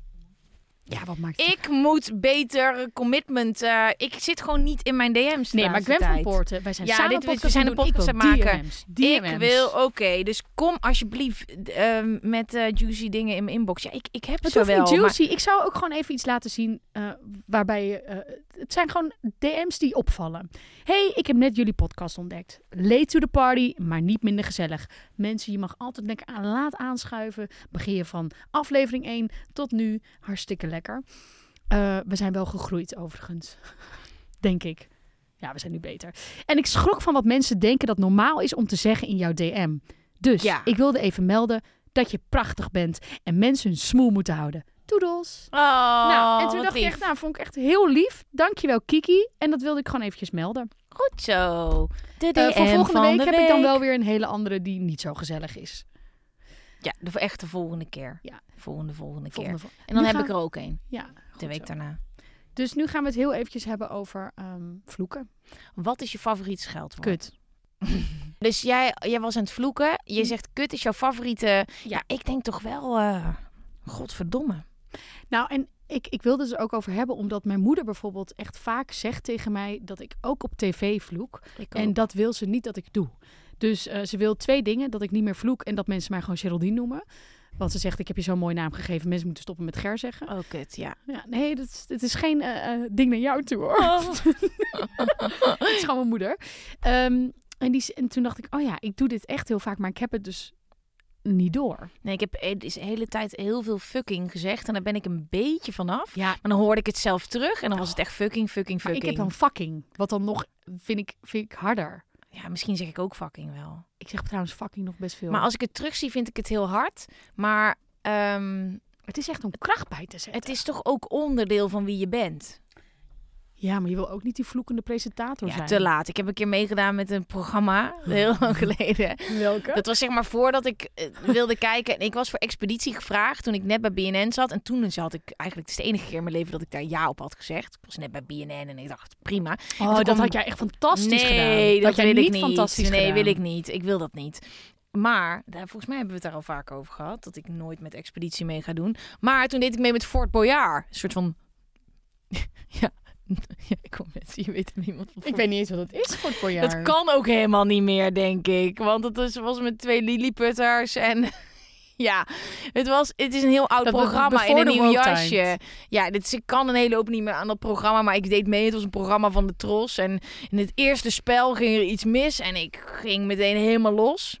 C: ja, wat maakt het?
B: ik moet beter commitment. eh, ik zit gewoon niet in mijn DM's. de
C: Nee, maar
B: laatste
C: Gwen van
B: tijd.
C: Poorten, wij zijn
B: Ja,
C: samen
B: dit, we
C: podcast
B: zijn
C: aan
B: een
C: het doen. Ik
B: podcast aan het
C: wil
B: maken.
C: DM's.
B: Ik
C: DM's.
B: wil, oké. dus kom alsjeblieft eh, met eh, juicy dingen in mijn inbox. Ja, ik, ik heb
C: Het
B: ze
C: hoeft
B: wel.
C: niet
B: maar-
C: juicy. Ik zou ook gewoon even iets laten zien eh, waarbij je... eh, het zijn gewoon DM's die opvallen. hey, ik heb net jullie podcast ontdekt. Late to the party, maar niet minder gezellig. Mensen, je mag altijd lekker aan, laat aanschuiven. Begin je van aflevering 1 tot nu. Hartstikke lekker. Eh, we zijn wel gegroeid overigens. Denk ik. Ja, we zijn nu beter. En ik schrok van wat mensen denken dat normaal is om te zeggen in jouw DM. Dus
B: Ja.
C: ik wilde even melden dat je prachtig bent en mensen hun smoel moeten houden. Toedels.
B: Oh,
C: nou, en toen
B: wat
C: dacht ik
B: lief.
C: echt, nou, vond ik echt heel lief. Dankjewel, Kiki. En dat wilde ik gewoon eventjes melden.
B: Goed zo. De
C: Eh, voor
B: DM
C: volgende
B: van
C: week
B: de
C: heb ik dan wel weer een hele andere die niet zo gezellig is.
B: Ja, de echte volgende keer.
C: Ja.
B: Volgende, volgende keer.
C: Volgende vol-
B: En dan
C: Nu
B: heb
C: gaan
B: ik er ook één.
C: we- ja,
B: De
C: goed
B: week
C: zo.
B: daarna.
C: Dus nu gaan we het heel eventjes hebben over ehm, vloeken.
B: Wat is je favoriet scheldwoord?
C: Kut.
B: Dus jij, jij was aan het vloeken. Je
C: Mm.
B: zegt kut is jouw favoriete. Hm. Ja, ik denk toch wel. eh, godverdomme.
C: Nou, en ik, ik wilde het er ook over hebben, omdat mijn moeder bijvoorbeeld echt vaak zegt tegen mij dat ik ook op tv vloek.
B: Ik
C: En dat wil ze niet dat ik doe. Dus eh, ze wil twee dingen: dat ik niet meer vloek en dat mensen mij gewoon Geraldine noemen. Want ze zegt: Ik heb je zo'n mooie naam gegeven, mensen moeten stoppen met Ger zeggen.
B: Oh, kut, ja.
C: Ja, nee, dat, is- het is geen eh, eh, ding naar jou toe hoor.
B: Oh.
C: het is gewoon mijn moeder. Ehm, en, die, s- en toen dacht ik: Oh ja, ik doe dit echt heel vaak, maar ik heb het dus niet door.
B: Nee, ik heb eh, dus de hele tijd heel veel fucking gezegd. En daar ben ik een beetje vanaf.
C: Ja,
B: Maar dan hoorde ik het zelf terug. En dan was het echt fucking, fucking,
C: maar ik
B: fucking.
C: heb dan fucking. Wat dan nog vind ik, vind ik harder.
B: Ja, misschien zeg ik ook fucking wel.
C: Ik zeg trouwens fucking nog best veel.
B: Maar als ik het terugzie, vind ik het heel hard. Maar ehm,
C: Het is echt om kracht bij te zetten.
B: het is toch ook onderdeel van wie je bent.
C: Ja, maar je wil ook niet die vloekende presentator
B: Ja,
C: zijn.
B: te laat. Ik heb een keer meegedaan met een programma, heel lang geleden.
C: Welke?
B: Dat was zeg maar voordat ik eh, wilde kijken. En ik was voor expeditie gevraagd toen ik net bij BNN zat. En toen had ik eigenlijk, het is de enige keer in mijn leven dat ik daar ja op had gezegd. Ik was net bij BNN en ik dacht, prima.
C: Oh, dat
B: kwam-
C: had jij echt fantastisch
B: nee,
C: gedaan.
B: dat,
C: had jij
B: wil
C: niet
B: ik niet.
C: fantastisch
B: nee,
C: gedaan.
B: wil ik niet. Ik wil dat niet. Maar, daar, volgens mij hebben we het daar al vaak over gehad. Dat ik nooit met expeditie mee ga doen. Maar toen deed ik mee met Fort Boyard. Een soort van... ja, ja, ik kom mensen, je weet niemand van
C: Ik weet niet eens wat dat is voor het voorjaar.
B: dat kan ook helemaal niet meer, denk ik. Want het is- was met twee Lilliputters en... Ja, het, was, het is een heel oud
C: Dat be-
B: programma in een
C: bevorderde
B: nieuw
C: ook
B: jasje.
C: tijd.
B: Ja, dit, ik kan een hele hoop niet meer aan dat programma, maar ik deed mee. Het was een programma van de Tros. En in het eerste spel ging er iets mis en ik ging meteen helemaal los.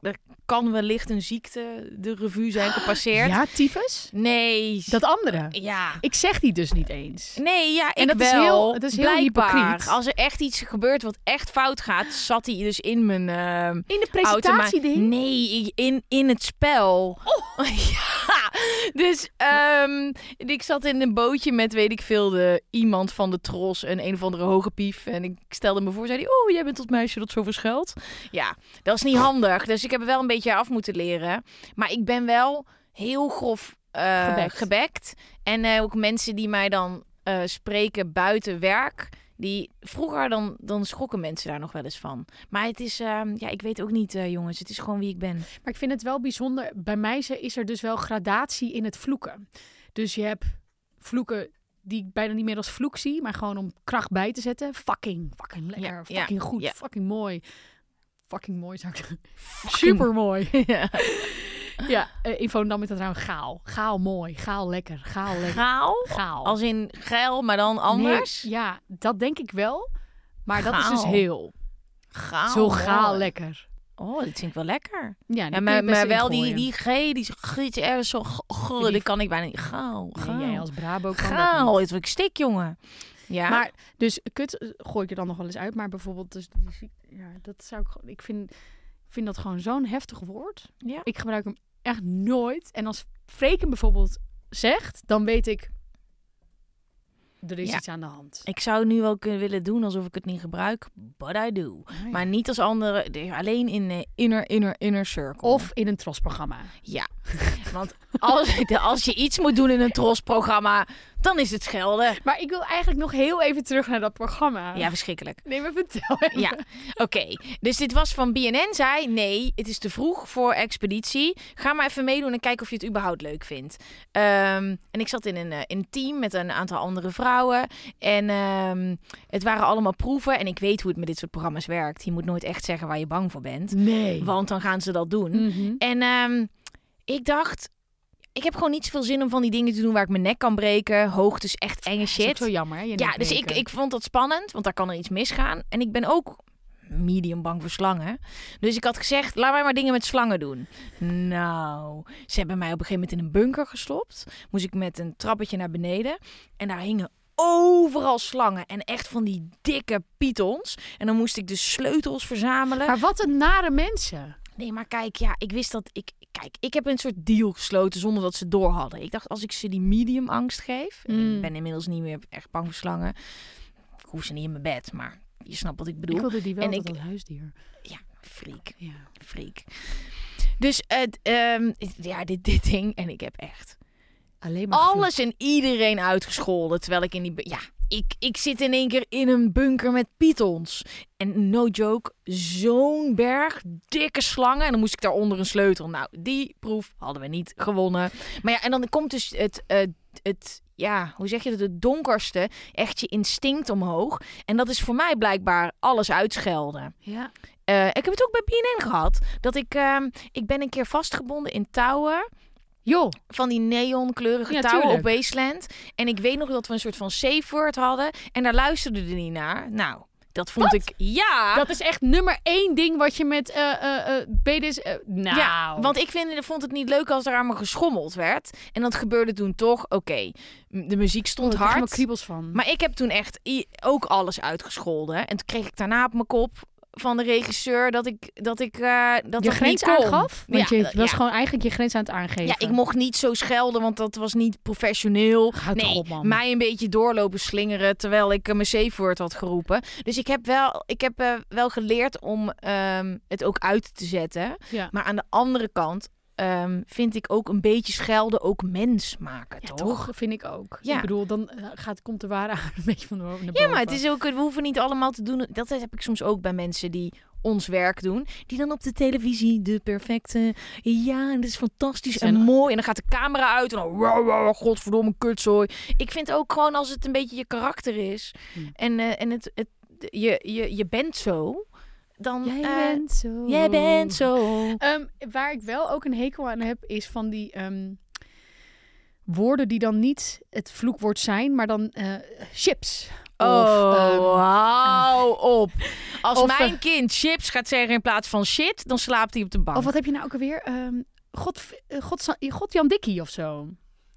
B: Er kan wellicht een ziekte de revue zijn gepasseerd.
C: Ja, tyfus?
B: Nee.
C: Dat andere.
B: ja.
C: Ik zeg die dus niet eens.
B: Nee, ja, ik
C: En dat
B: wel.
C: is heel- dat is heel
B: Blijkbaar.
C: hypocriet.
B: Als er echt iets gebeurt wat echt fout gaat, zat hij dus in mijn ehm
C: In de
B: automa-
C: presentatieding? Oh.
B: Nee, in, in het spel. ja. Dus ehm, ik zat in een bootje met, weet ik veel, de, iemand van de tros en een of andere hoge pief. En ik stelde me voor, zei hij, oh, jij bent dat meisje dat zo verschilt. Ja, dat is niet handig. Dus ik heb er wel een beetje af moeten leren. Maar ik ben wel heel grof eh, gebekt.
C: Gebekt.
B: En eh, ook mensen die mij dan eh, spreken buiten werk. Die, vroeger dan, dan schrokken mensen daar nog wel eens van. Maar het is, ehm, ja, ik weet ook niet, eh, jongens. Het is gewoon wie ik ben.
C: Maar ik vind het wel bijzonder. Bij mij ze- is er dus wel gradatie in het vloeken. Dus je hebt vloeken die ik bijna niet meer als vloek zie, maar gewoon om kracht bij te zetten. Fucking, fucking lekker,
B: Ja, ja,
C: fucking goed,
B: ja.
C: fucking mooi. Fucking mooi zou ik zeggen. Super mooi.
B: Ja.
C: Ja, eh, in Volendam is dat trouwens gaal. Gaal mooi, gaal lekker, gaal lekker.
B: Gaal?
C: Gaal.
B: Als in geil, maar dan anders?
C: Nee, ja, dat denk ik wel. Maar dat is dus
B: Gaal.
C: heel.
B: Gaal.
C: zo gaal
B: mooi.
C: lekker.
B: Oh, dat vind ik wel lekker.
C: Ja,
B: Ja,
C: die
B: maar,
C: kun je best
B: maar wel die,
C: ingooien.
B: die G, die giet ergens zo. g- g-
C: Die-
B: Dat kan ik bijna niet. Gaal.
C: Nee,
B: Gaal.
C: jij als Brabo kan dat niet.
B: gaal. Dit wil ik stik, jongen. Ja.
C: Maar dus kut eh, gooi ik er dan nog wel eens uit, maar bijvoorbeeld dus die ziekte- ja, dat zou ik gewoon ik vind vind dat gewoon zo'n heftig woord.
B: Ja.
C: Ik gebruik hem echt nooit en als Freek hem bijvoorbeeld zegt, dan weet ik er is
B: Ja.
C: iets aan de hand.
B: Ik zou nu wel kunnen willen doen alsof ik het niet gebruik. But I do. Maar niet als andere. de- Alleen in eh, inner, inner, inner circle.
C: Of in een trosprogramma.
B: Ja. Want als, de- als je iets moet doen in een trosprogramma, dan is het schelden.
C: Maar ik wil eigenlijk nog heel even terug naar dat programma.
B: Ja, verschrikkelijk.
C: Nee, maar vertel even.
B: Ja, oké. Dus dit was van BNN zei, nee, het is te vroeg voor expeditie. Ga maar even meedoen en kijk of je het überhaupt leuk vindt. Ehm, en ik zat in een, eh, in een team met een aantal andere vrouwen. En ehm, het waren allemaal proeven. En ik weet hoe het met dit soort programma's werkt. Je moet nooit echt zeggen waar je bang voor bent.
C: Nee.
B: Want dan gaan ze dat doen.
C: Mhm.
B: En ehm, ik dacht... Ik heb gewoon niet zoveel zin om van die dingen te doen waar ik mijn nek kan breken. Hoogtes echt enge
C: Dat is ook
B: shit.
C: zo jammer. Hè? je
B: Ja,
C: nek
B: dus ik,
C: breken.
B: ik vond dat spannend, want daar kan er iets misgaan. En ik ben ook medium bang voor slangen. Dus ik had gezegd, laat mij maar dingen met slangen doen. Nou, ze hebben mij op een gegeven moment in een bunker gestopt. Moest ik met een trappetje naar beneden. En daar hingen overal slangen. En echt van die dikke pythons. En dan moest ik de sleutels verzamelen.
C: Maar wat een nare mensen.
B: Nee, maar kijk, ja, ik wist dat ik. Kijk, ik heb een soort deal gesloten zonder dat ze door hadden. Ik dacht, als ik ze die medium angst geef. en Ik
C: Mm.
B: ben inmiddels niet meer echt bang voor slangen. Ik hoef ze niet in mijn bed, maar je snapt wat ik bedoel.
C: Ik wilde die wel
B: En
C: en ik...
B: ik-
C: als huisdier.
B: Ja, freak,
C: Ja.
B: freak. Dus het, ehm, ja, dit, dit ding. En ik heb echt
C: Alleen maar gevloekt.
B: alles en iedereen uitgescholden. Terwijl ik in die... bu- Ja, ik, ik zit in één keer in een bunker met pythons. En no joke, zo'n berg, dikke slangen. En dan moest ik daaronder een sleutel. Nou, die proef hadden we niet gewonnen. Maar ja, en dan komt dus het... eh, het ja, hoe zeg je dat? Het donkerste, echt je instinct omhoog. En dat is voor mij blijkbaar alles uitschelden.
C: Ja.
B: Eh, ik heb het ook bij BNN gehad. Dat ik, ehm, ik ben een keer vastgebonden in touwen.
C: Joh,
B: Van die neonkleurige
C: Ja,
B: touwen
C: tuurlijk.
B: op Wasteland. En ik weet nog dat we een soort van safe word hadden. En daar luisterden er niet naar. Nou, dat vond ik... Ja!
C: dat is echt nummer één ding wat je met eh eh, eh, BDS... eh, nou.
B: Ja, want ik vind, vond het niet leuk als er aan me geschommeld werd. En dat gebeurde toen toch. Oké, M- de muziek
C: Oh,
B: stond
C: ik krijg helemaal
B: hard.
C: kriebels van.
B: Maar ik heb toen echt i- ook alles uitgescholden. En toen kreeg ik daarna op mijn kop van de regisseur dat ik dat ik eh, dat
C: je
B: dat
C: grens
B: niet kon.
C: aangaf? Want
B: Ja,
C: je was
B: ja.
C: gewoon eigenlijk je grens aan het aangeven.
B: Ja, ik mocht niet zo schelden, want dat was niet professioneel.
C: Houd toch
B: nee,
C: op, man.
B: mij een beetje doorlopen slingeren terwijl ik eh, mijn zeefwoord had geroepen. Dus ik heb wel, ik heb, eh, wel geleerd om ehm, het ook uit te zetten.
C: Ja.
B: Maar aan de andere kant ehm, vind ik ook een beetje schelden ook mens maken,
C: Ja,
B: toch?
C: toch? Vind ik ook.
B: Ja.
C: Ik bedoel, dan eh, gaat, komt de ware aan een beetje van de naar
B: Ja,
C: boven.
B: maar het is ook, we hoeven niet allemaal te doen. Dat heb ik soms ook bij mensen die ons werk doen. Die dan op de televisie de perfecte. Ja, en dat is fantastisch en
C: Zijn-
B: mooi. En dan gaat de camera uit. En dan. Wow, wow, godverdomme kutzooi. Ik vind ook gewoon als het een beetje je karakter is.
C: Hmm.
B: En, eh, en het, het, je, je, je bent zo. Dan.
C: Jij
B: eh,
C: bent zo.
B: jij bent zo.
C: Ehm, waar ik wel ook een hekel aan heb, is van die ehm, woorden die dan niet het vloekwoord zijn, maar dan eh, chips. Of,
B: Oh,
C: ehm,
B: hou op. Als
C: of, eh,
B: mijn kind chips gaat zeggen in plaats van shit, dan slaapt hij op de bank.
C: of wat heb je nou ook alweer? Ehm, God, eh, God, God Jan Dikkie of zo.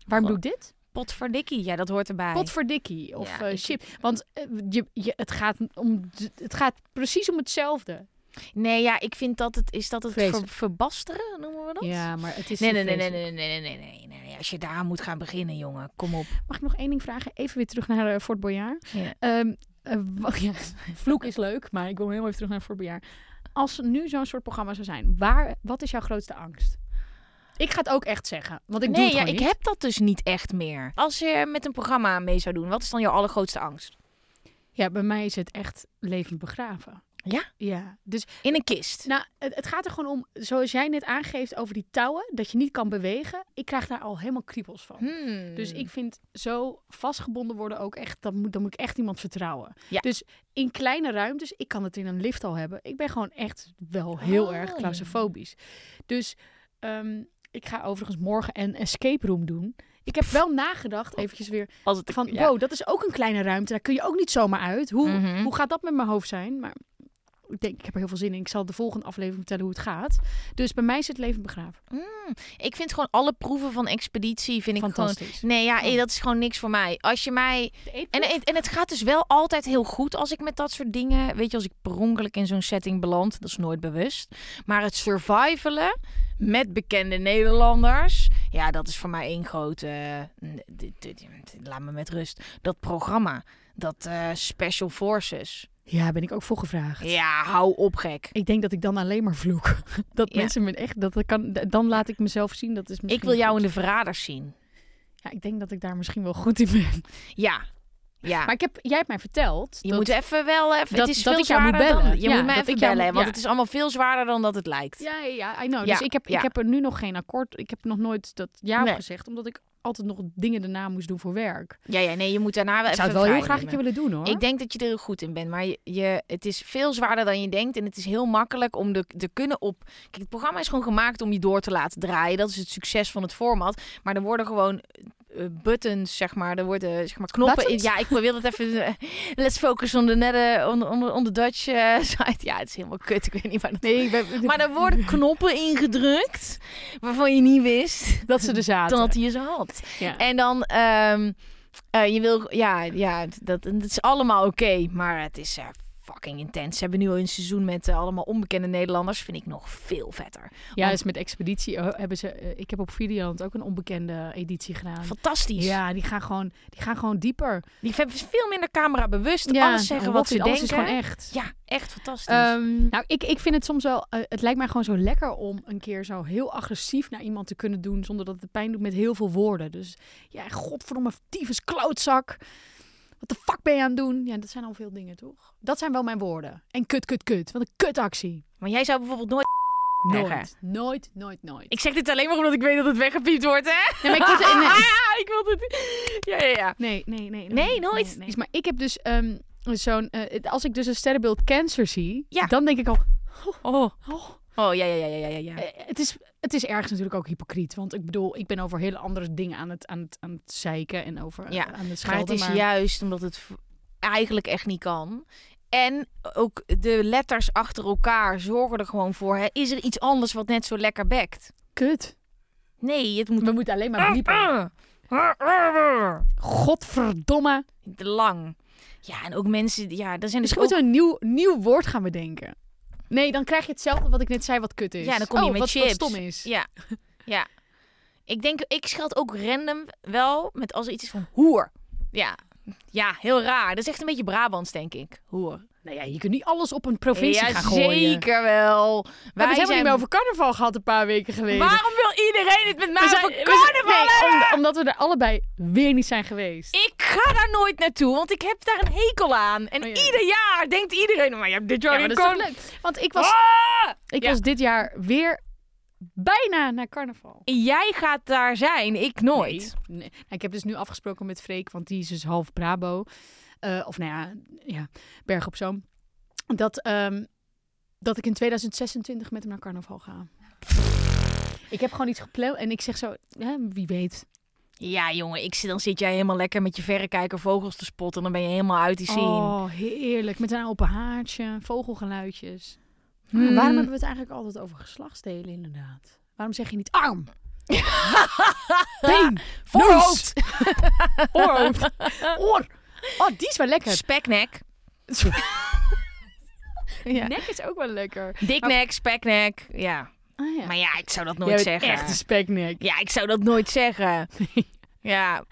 C: Waarom doe ik dit?
B: Potverdikkie, ja, dat hoort erbij.
C: Potverdikkie of
B: Ja,
C: eh,
B: ik-
C: chip. Want eh, je, je, het, gaat om, het gaat precies om hetzelfde.
B: Nee, ja, ik vind dat het is dat het ver,
C: Vreselijk.
B: verbasteren noemen we dat?
C: maar het is...
B: Nee, nee, nee, nee, nee, nee, nee, nee, nee, nee, nee. Als je daar moet gaan beginnen, jongen, kom op.
C: Mag ik nog één ding vragen? Even weer terug naar eh, Fort Boyard.
B: Ja.
C: Ehm, eh, wa- ja, vloek is leuk, maar ik wil heel even terug naar Fort Boyard. Als er nu zo'n soort programma zou zijn, waar, wat is jouw grootste angst? Ik ga het ook echt zeggen, want ik doe
B: nee,
C: het
B: ja,
C: gewoon
B: ik
C: niet.
B: heb dat dus niet echt meer. Als je met een programma mee zou doen, wat is dan jouw allergrootste angst?
C: Ja, bij mij is het echt levend begraven.
B: Ja?
C: Ja, dus
B: In een kist.
C: Nou, het, het gaat er gewoon om, zoals jij net aangeeft over die touwen, dat je niet kan bewegen. Ik krijg daar al helemaal kriebels van.
B: Hmm.
C: Dus ik vind zo vastgebonden worden ook echt, dan moet, dan moet ik echt iemand vertrouwen.
B: Ja.
C: Dus in kleine ruimtes, ik kan het in een lift al hebben. Ik ben gewoon echt wel heel
B: Oh.
C: erg claustrofobisch. Dus ehm, ik ga overigens morgen een escape room doen. Ik heb wel nagedacht,
B: Oh.
C: eventjes weer,
B: als het
C: van
B: ja.
C: wow, dat is ook een kleine ruimte. Daar kun je ook niet zomaar uit. Hoe,
B: Mhm.
C: hoe gaat dat met mijn hoofd zijn? Maar ik denk, ik heb er heel veel zin in. Ik zal de volgende aflevering vertellen hoe het gaat. Dus bij mij zit leven begraven.
B: Ik vind gewoon alle proeven van expeditie vind ik gewoon.
C: Fantastisch.
B: Nee, ja, eh, dat is gewoon niks voor mij. Als je mij En, en, en het gaat dus wel altijd heel goed als ik met dat soort dingen... Weet je, als ik per ongeluk in zo'n setting beland. Dat is nooit bewust. Maar het survivalen met bekende Nederlanders... Ja, dat is voor mij één grote... eh, n- dit- dit- dit- Laat me met rust. Dat programma. Dat eh, Special Forces.
C: e- Ja, ben ik ook voor gevraagd.
B: Ja, hou op gek.
C: Ik denk dat ik dan alleen maar vloek. Dat
B: Ja.
C: mensen me echt, dat dat kan, dan laat ik mezelf zien. Dat is
B: Ik
C: misschien
B: wil jou in
C: goed.
B: de verraders zien.
C: Ja, ik denk dat ik daar misschien wel goed in ben.
B: Ja. Ja.
C: Maar ik heb, jij hebt mij verteld.
B: Ah. je
C: dat-
B: moet even wel even...
C: dat-
B: het is
C: dat
B: veel
C: ik jou moet
B: zwaarder dan...
C: bellen.
B: Je
C: Ja,
B: moet mij
C: dat
B: even
C: ik jou
B: bellen,
C: moet-
B: want
C: ja.
B: het is allemaal veel zwaarder dan dat het lijkt.
C: Ja, ja, ja, I know.
B: Ja,
C: dus ik heb,
B: ja.
C: ik heb er nu nog geen akkoord. Ik heb nog nooit dat ja op
B: Nee.
C: gezegd, omdat ik altijd nog dingen daarna moest doen voor werk.
B: Ja, ja, nee, je moet daarna wel
C: Ik zou
B: even
C: het wel heel graag
B: vrij
C: een
B: nemen.
C: keer willen doen hoor.
B: Ik denk dat je er heel goed in bent, maar je, je- het is veel zwaarder dan je denkt. En het is heel makkelijk om de, de kunnen op. Kijk, het programma is gewoon gemaakt om je door te laten draaien. Dat is het succes van het format. Maar er worden gewoon eh, buttons, zeg maar. Er worden zeg maar knoppen. In,
C: Buttons?
B: ja, ik wil dat even. eh, let's focus on the, net, eh, on, on, on the Dutch eh, site. Ja, het is helemaal kut. Ik weet niet waar dat.
C: Nee, ik ben-
B: Maar er worden knoppen ingedrukt waarvan je niet wist
C: dat ze er zaten.
B: dat je ze had.
C: Ja.
B: En dan, ehm, eh, je wil, ja, ja dat, dat is allemaal oké, maar het is eh, fucking intens. Ze hebben nu al een seizoen met eh, allemaal onbekende Nederlanders. Vind ik nog veel vetter.
C: Ja,
B: Want-
C: dus met Expeditie oh, hebben ze... eh, ik heb op Videoland ook een onbekende editie gedaan.
B: Fantastisch.
C: Ja, die gaan gewoon, die gaan gewoon dieper.
B: Die hebben veel minder camerabewust.
C: Ja,
B: alles zeggen
C: en
B: wat ze
C: Wolfie, alles
B: denken.
C: is gewoon echt.
B: Ja, echt fantastisch.
C: Ehm, nou, ik, ik vind het soms wel... eh, het lijkt mij gewoon zo lekker om een keer zo heel agressief naar iemand te kunnen doen... zonder dat het pijn doet met heel veel woorden. Dus ja, godverdomme, tyfus, klootzak. Wat de fuck ben je aan het doen? Ja, dat zijn al veel dingen, toch? Dat zijn wel mijn woorden. En kut, kut, kut. Wat een kutactie.
B: maar jij zou bijvoorbeeld nooit.
C: Nooit,
B: Zeggen.
C: nooit, nooit, nooit.
B: Ik zeg dit alleen maar omdat ik weet dat het weggepiept wordt, hè? Ah,
C: Nee, maar ik word er- nee.
B: ik wil het. Ja, ja, ja.
C: Nee, nee, nee.
B: Nee, nooit.
C: Is- Maar ik heb dus ehm, zo'n... eh, het- als ik dus een sterrenbeeld cancer zie,
B: Ja.
C: dan denk ik al...
B: Oh,
C: oh,
B: oh ja, ja, ja, ja, ja, ja.
C: eh, het, is, het is ergens natuurlijk ook hypocriet. Want ik bedoel, ik ben over hele andere dingen aan het, aan het, aan het zeiken en over eh,
B: Ja,
C: aan het
B: Maar
C: schelden.
B: het is juist omdat het v- eigenlijk echt niet kan. En ook de letters achter elkaar zorgen er gewoon voor. Hè. Is er iets anders wat net zo lekker bekt?
C: Kut.
B: Nee, het moet...
C: We moeten alleen maar
B: Ah,
C: bliepen. Godverdomme.
B: Te lang. Ja, en ook mensen... Ja, daar zijn dus
C: Misschien
B: ook...
C: moeten we een nieuw, nieuw woord gaan bedenken. Nee, dan krijg je hetzelfde wat ik net zei wat kut is.
B: Ja, dan kom je
C: Oh,
B: met
C: wat,
B: chips.
C: Wat stom is.
B: Ja, ja. Ik denk, ik scheld ook random wel met als er iets is van hoer. Ja, ja, heel raar. Dat is echt een beetje Brabants, denk ik. Hoer.
C: Nou ja, je kunt niet alles op een provincie
B: ja,
C: gaan gooien.
B: zeker wel.
C: We hebben het helemaal
B: zijn-
C: niet meer over carnaval gehad een paar weken geleden.
B: Waarom wil iedereen het met mij
C: We zijn-
B: over
C: we zijn-
B: carnaval
C: nee,
B: hebben?
C: om- omdat we er allebei weer niet zijn geweest.
B: Ik ga daar nooit naartoe, want ik heb daar een hekel aan. En
C: Oh, ja.
B: ieder jaar denkt iedereen, "Oh, maar je hebt dit jaar
C: Ja,
B: weer
C: maar dat is toch
B: carnaval.
C: leuk. Want ik was,
B: Ah!
C: ik
B: Ja.
C: was dit jaar weer bijna naar carnaval.
B: En jij gaat daar zijn, ik nooit.
C: Nee. Nee. Nou, ik heb dus nu afgesproken met Freek, want die is dus half Brabo. Eh, of nou ja, ja Berg op Zoom. Dat, ehm, dat ik in 2026 met hem naar carnaval ga. Ik heb gewoon iets gepland en ik zeg zo, hè, wie weet.
B: Ja, jongen, ik, zit- dan zit jij helemaal lekker met je verrekijker vogels te spotten. En dan ben je helemaal uit die scene.
C: Oh, heerlijk. Met een open haartje, vogelgeluidjes.
B: Hmm.
C: Waarom hebben we het eigenlijk altijd over geslachtsdelen, inderdaad? Waarom zeg je niet arm? Been,
B: Voorhoofd.
C: neus, Oorhoofd. Oor. Oh, die is wel lekker.
B: Speknek.
C: Ja. Nek is ook wel lekker.
B: Diknek, speknek. Ja.
C: Ah, ja.
B: Maar Oh. ja, ik zou dat
C: Jij
B: nooit
C: bent
B: zeggen.
C: Echt een speknek.
B: Ja, ik zou dat nooit zeggen. Ja.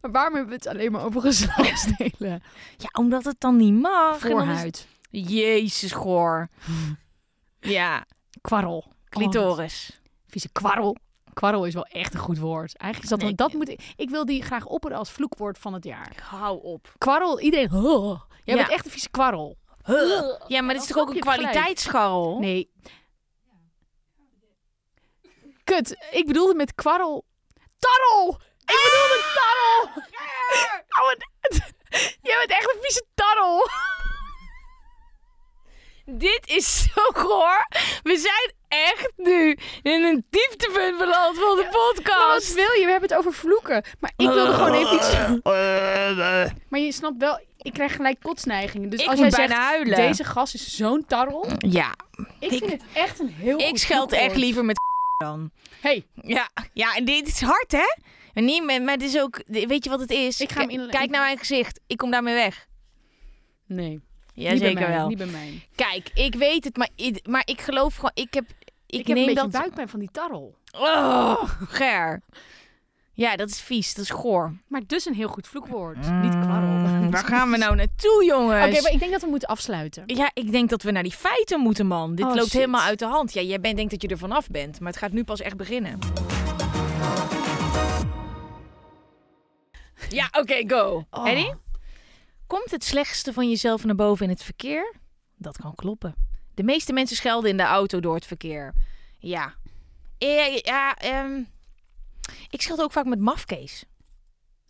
C: Maar waarom hebben we het alleen maar over geslachtsdelen?
B: ja, omdat het dan niet mag. En dan is-
C: Voorhuid,
B: Jezus, goor. Ja,
C: kwarrel,
B: clitoris.
C: Oh, vieze kwarrel. Kwarrel is wel echt een goed woord. Eigenlijk is dat
B: Nee,
C: dat moet ik, ik wil die graag opperen als vloekwoord van het jaar.
B: Hou op.
C: Kwarrel, iedereen. "Huh." Jij
B: Ja.
C: bent echt een vieze kwarrel.
B: Ja, maar dit is toch
C: snap
B: ook een
C: je het gelijk.
B: kwaliteitsscharrel?
C: Nee. Kut, ik bedoelde met kwarrel. Tarrel! Ik bedoelde tarrel! Oh, wat- Jij bent echt een vieze tarrel.
B: Dit is zo goor. We zijn echt nu in een dieptepunt beland van de
C: Maar wat
B: podcast.
C: wil je? We hebben het over vloeken. Maar ik wilde gewoon even iets... Maar je snapt wel, ik krijg gelijk kotsneigingen. Dus
B: Ik
C: als
B: moet
C: jij
B: bijna
C: zegt,
B: huilen.
C: deze gas is zo'n tarrel.
B: Ja,
C: Ik vind het echt een heel
B: ik
C: goed
B: scheld echt
C: vloekwoord.
B: liever met dan.
C: Hey,
B: Ja, ja, en dit is hard, hè? Maar, niet, maar maar het is ook... Weet je wat het is?
C: Ik ga hem in-
B: Kijk naar mijn gezicht. Ik kom daarmee weg.
C: nee.
B: Ja,
C: niet bij
B: zeker
C: mij,
B: wel.
C: Niet bij mij.
B: Kijk, ik weet het, maar, ik- maar ik geloof gewoon... Ik heb... Ik,
C: Ik, heb
B: neem
C: een beetje
B: dat...
C: buikpijn van die tarrel.
B: Oh, ger. Ja, dat is vies. Dat is goor.
C: Maar dus een heel goed vloekwoord. Niet kwarrel.
B: Waar gaan we nou naartoe, jongens?
C: Oké, maar ik denk dat we moeten afsluiten.
B: Ja, ik denk dat we naar die feiten moeten, man. Dit
C: Oh,
B: loopt
C: shit.
B: helemaal uit de hand. Ja, jij bent, denkt dat je er vanaf bent, maar het gaat nu pas echt beginnen. Ja, oké, go.
C: Oh.
B: Ready? Komt het slechtste van jezelf naar boven in het verkeer? Dat kan kloppen. De meeste mensen schelden in de auto door het verkeer. Ja. Eh, ja, ehm, ik scheld ook vaak met mafkees.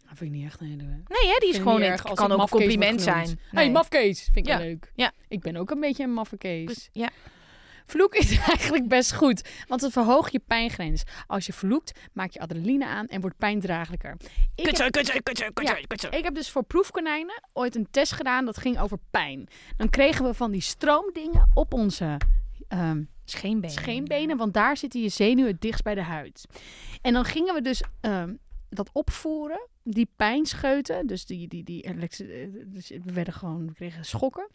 C: Dat vind ik niet echt een hele...
B: Nee, hè, die is gewoon het kan ook een compliment zijn.
C: Hé, hey, mafkees vind ik
B: Ja.
C: wel leuk.
B: Ja.
C: Ik ben ook een beetje een mafkees.
B: Ja.
C: Vloek is eigenlijk best goed, want het verhoogt je pijngrens. Als je vloekt, maak je adrenaline aan en wordt pijn draaglijker. Ik heb-
B: Kutzo, kutzo, kutzo, kutzo,
C: Ja,
B: kutzo.
C: Ik heb dus voor proefkonijnen ooit een test gedaan dat ging over pijn. Dan kregen we van die stroomdingen op onze ehm,
B: Scheenbenen.
C: scheenbenen, want daar zitten je zenuwen het dichtst bij de huid. En dan gingen we dus ehm, dat opvoeren, die pijnscheuten, dus die, die, die elektri- eh, dus we werden gewoon, we kregen schokken.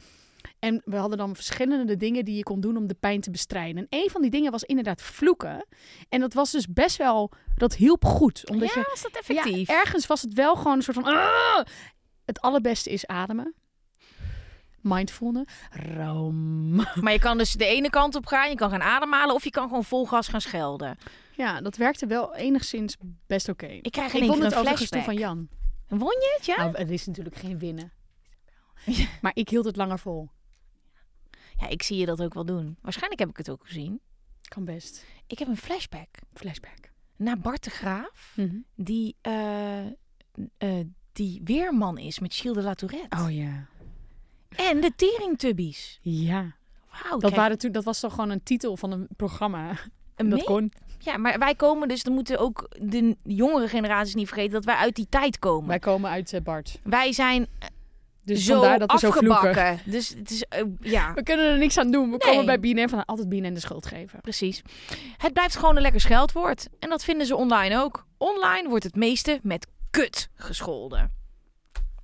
C: En we hadden dan verschillende dingen die je kon doen om de pijn te bestrijden. En een van die dingen was inderdaad vloeken. En dat was dus best wel, dat hielp goed. Omdat
B: ja,
C: je,
B: was dat effectief?
C: ja, ergens was het wel gewoon een soort van... "Ah!" Het allerbeste is ademen. Mindfulness. Ram.
B: Maar je kan dus de ene kant op gaan, je kan gaan ademhalen of je kan gewoon vol gas gaan schelden.
C: Ja, dat werkte wel enigszins best oké.
B: Ik krijg in
C: Ik
B: één
C: vond
B: keer
C: het
B: een
C: overigens toen
B: flashback.
C: van Jan.
B: Won je het, ja?
C: Nou, het is natuurlijk geen winnen. Maar ik hield het langer vol.
B: Ja, ik zie je dat ook wel doen. Waarschijnlijk heb ik het ook gezien.
C: Kan best.
B: Ik heb een flashback
C: Flashback.
B: naar Bart de Graaf,
C: Mhm.
B: die, eh, eh, die weerman is met Gilles de La Tourette.
C: Oh ja.
B: En de teringtubbies.
C: Ja.
B: Wauw.
C: Dat,
B: kijk,
C: waren toen, dat was toch gewoon een titel van een programma. En dat
B: Nee.
C: kon.
B: Ja, maar wij komen dus, dan moeten ook de jongere generaties niet vergeten dat wij uit die tijd komen.
C: Wij komen uit eh, Bart.
B: Wij zijn
C: Dus
B: zo
C: vandaar dat we zo vloeken.
B: afgebakken. dus het is, eh, ja,
C: We kunnen er niks aan doen. We
B: Nee.
C: komen bij BNN van altijd BNN de schuld geven.
B: precies. Het blijft gewoon een lekker scheldwoord. En dat vinden ze online ook. Online wordt het meeste met kut gescholden.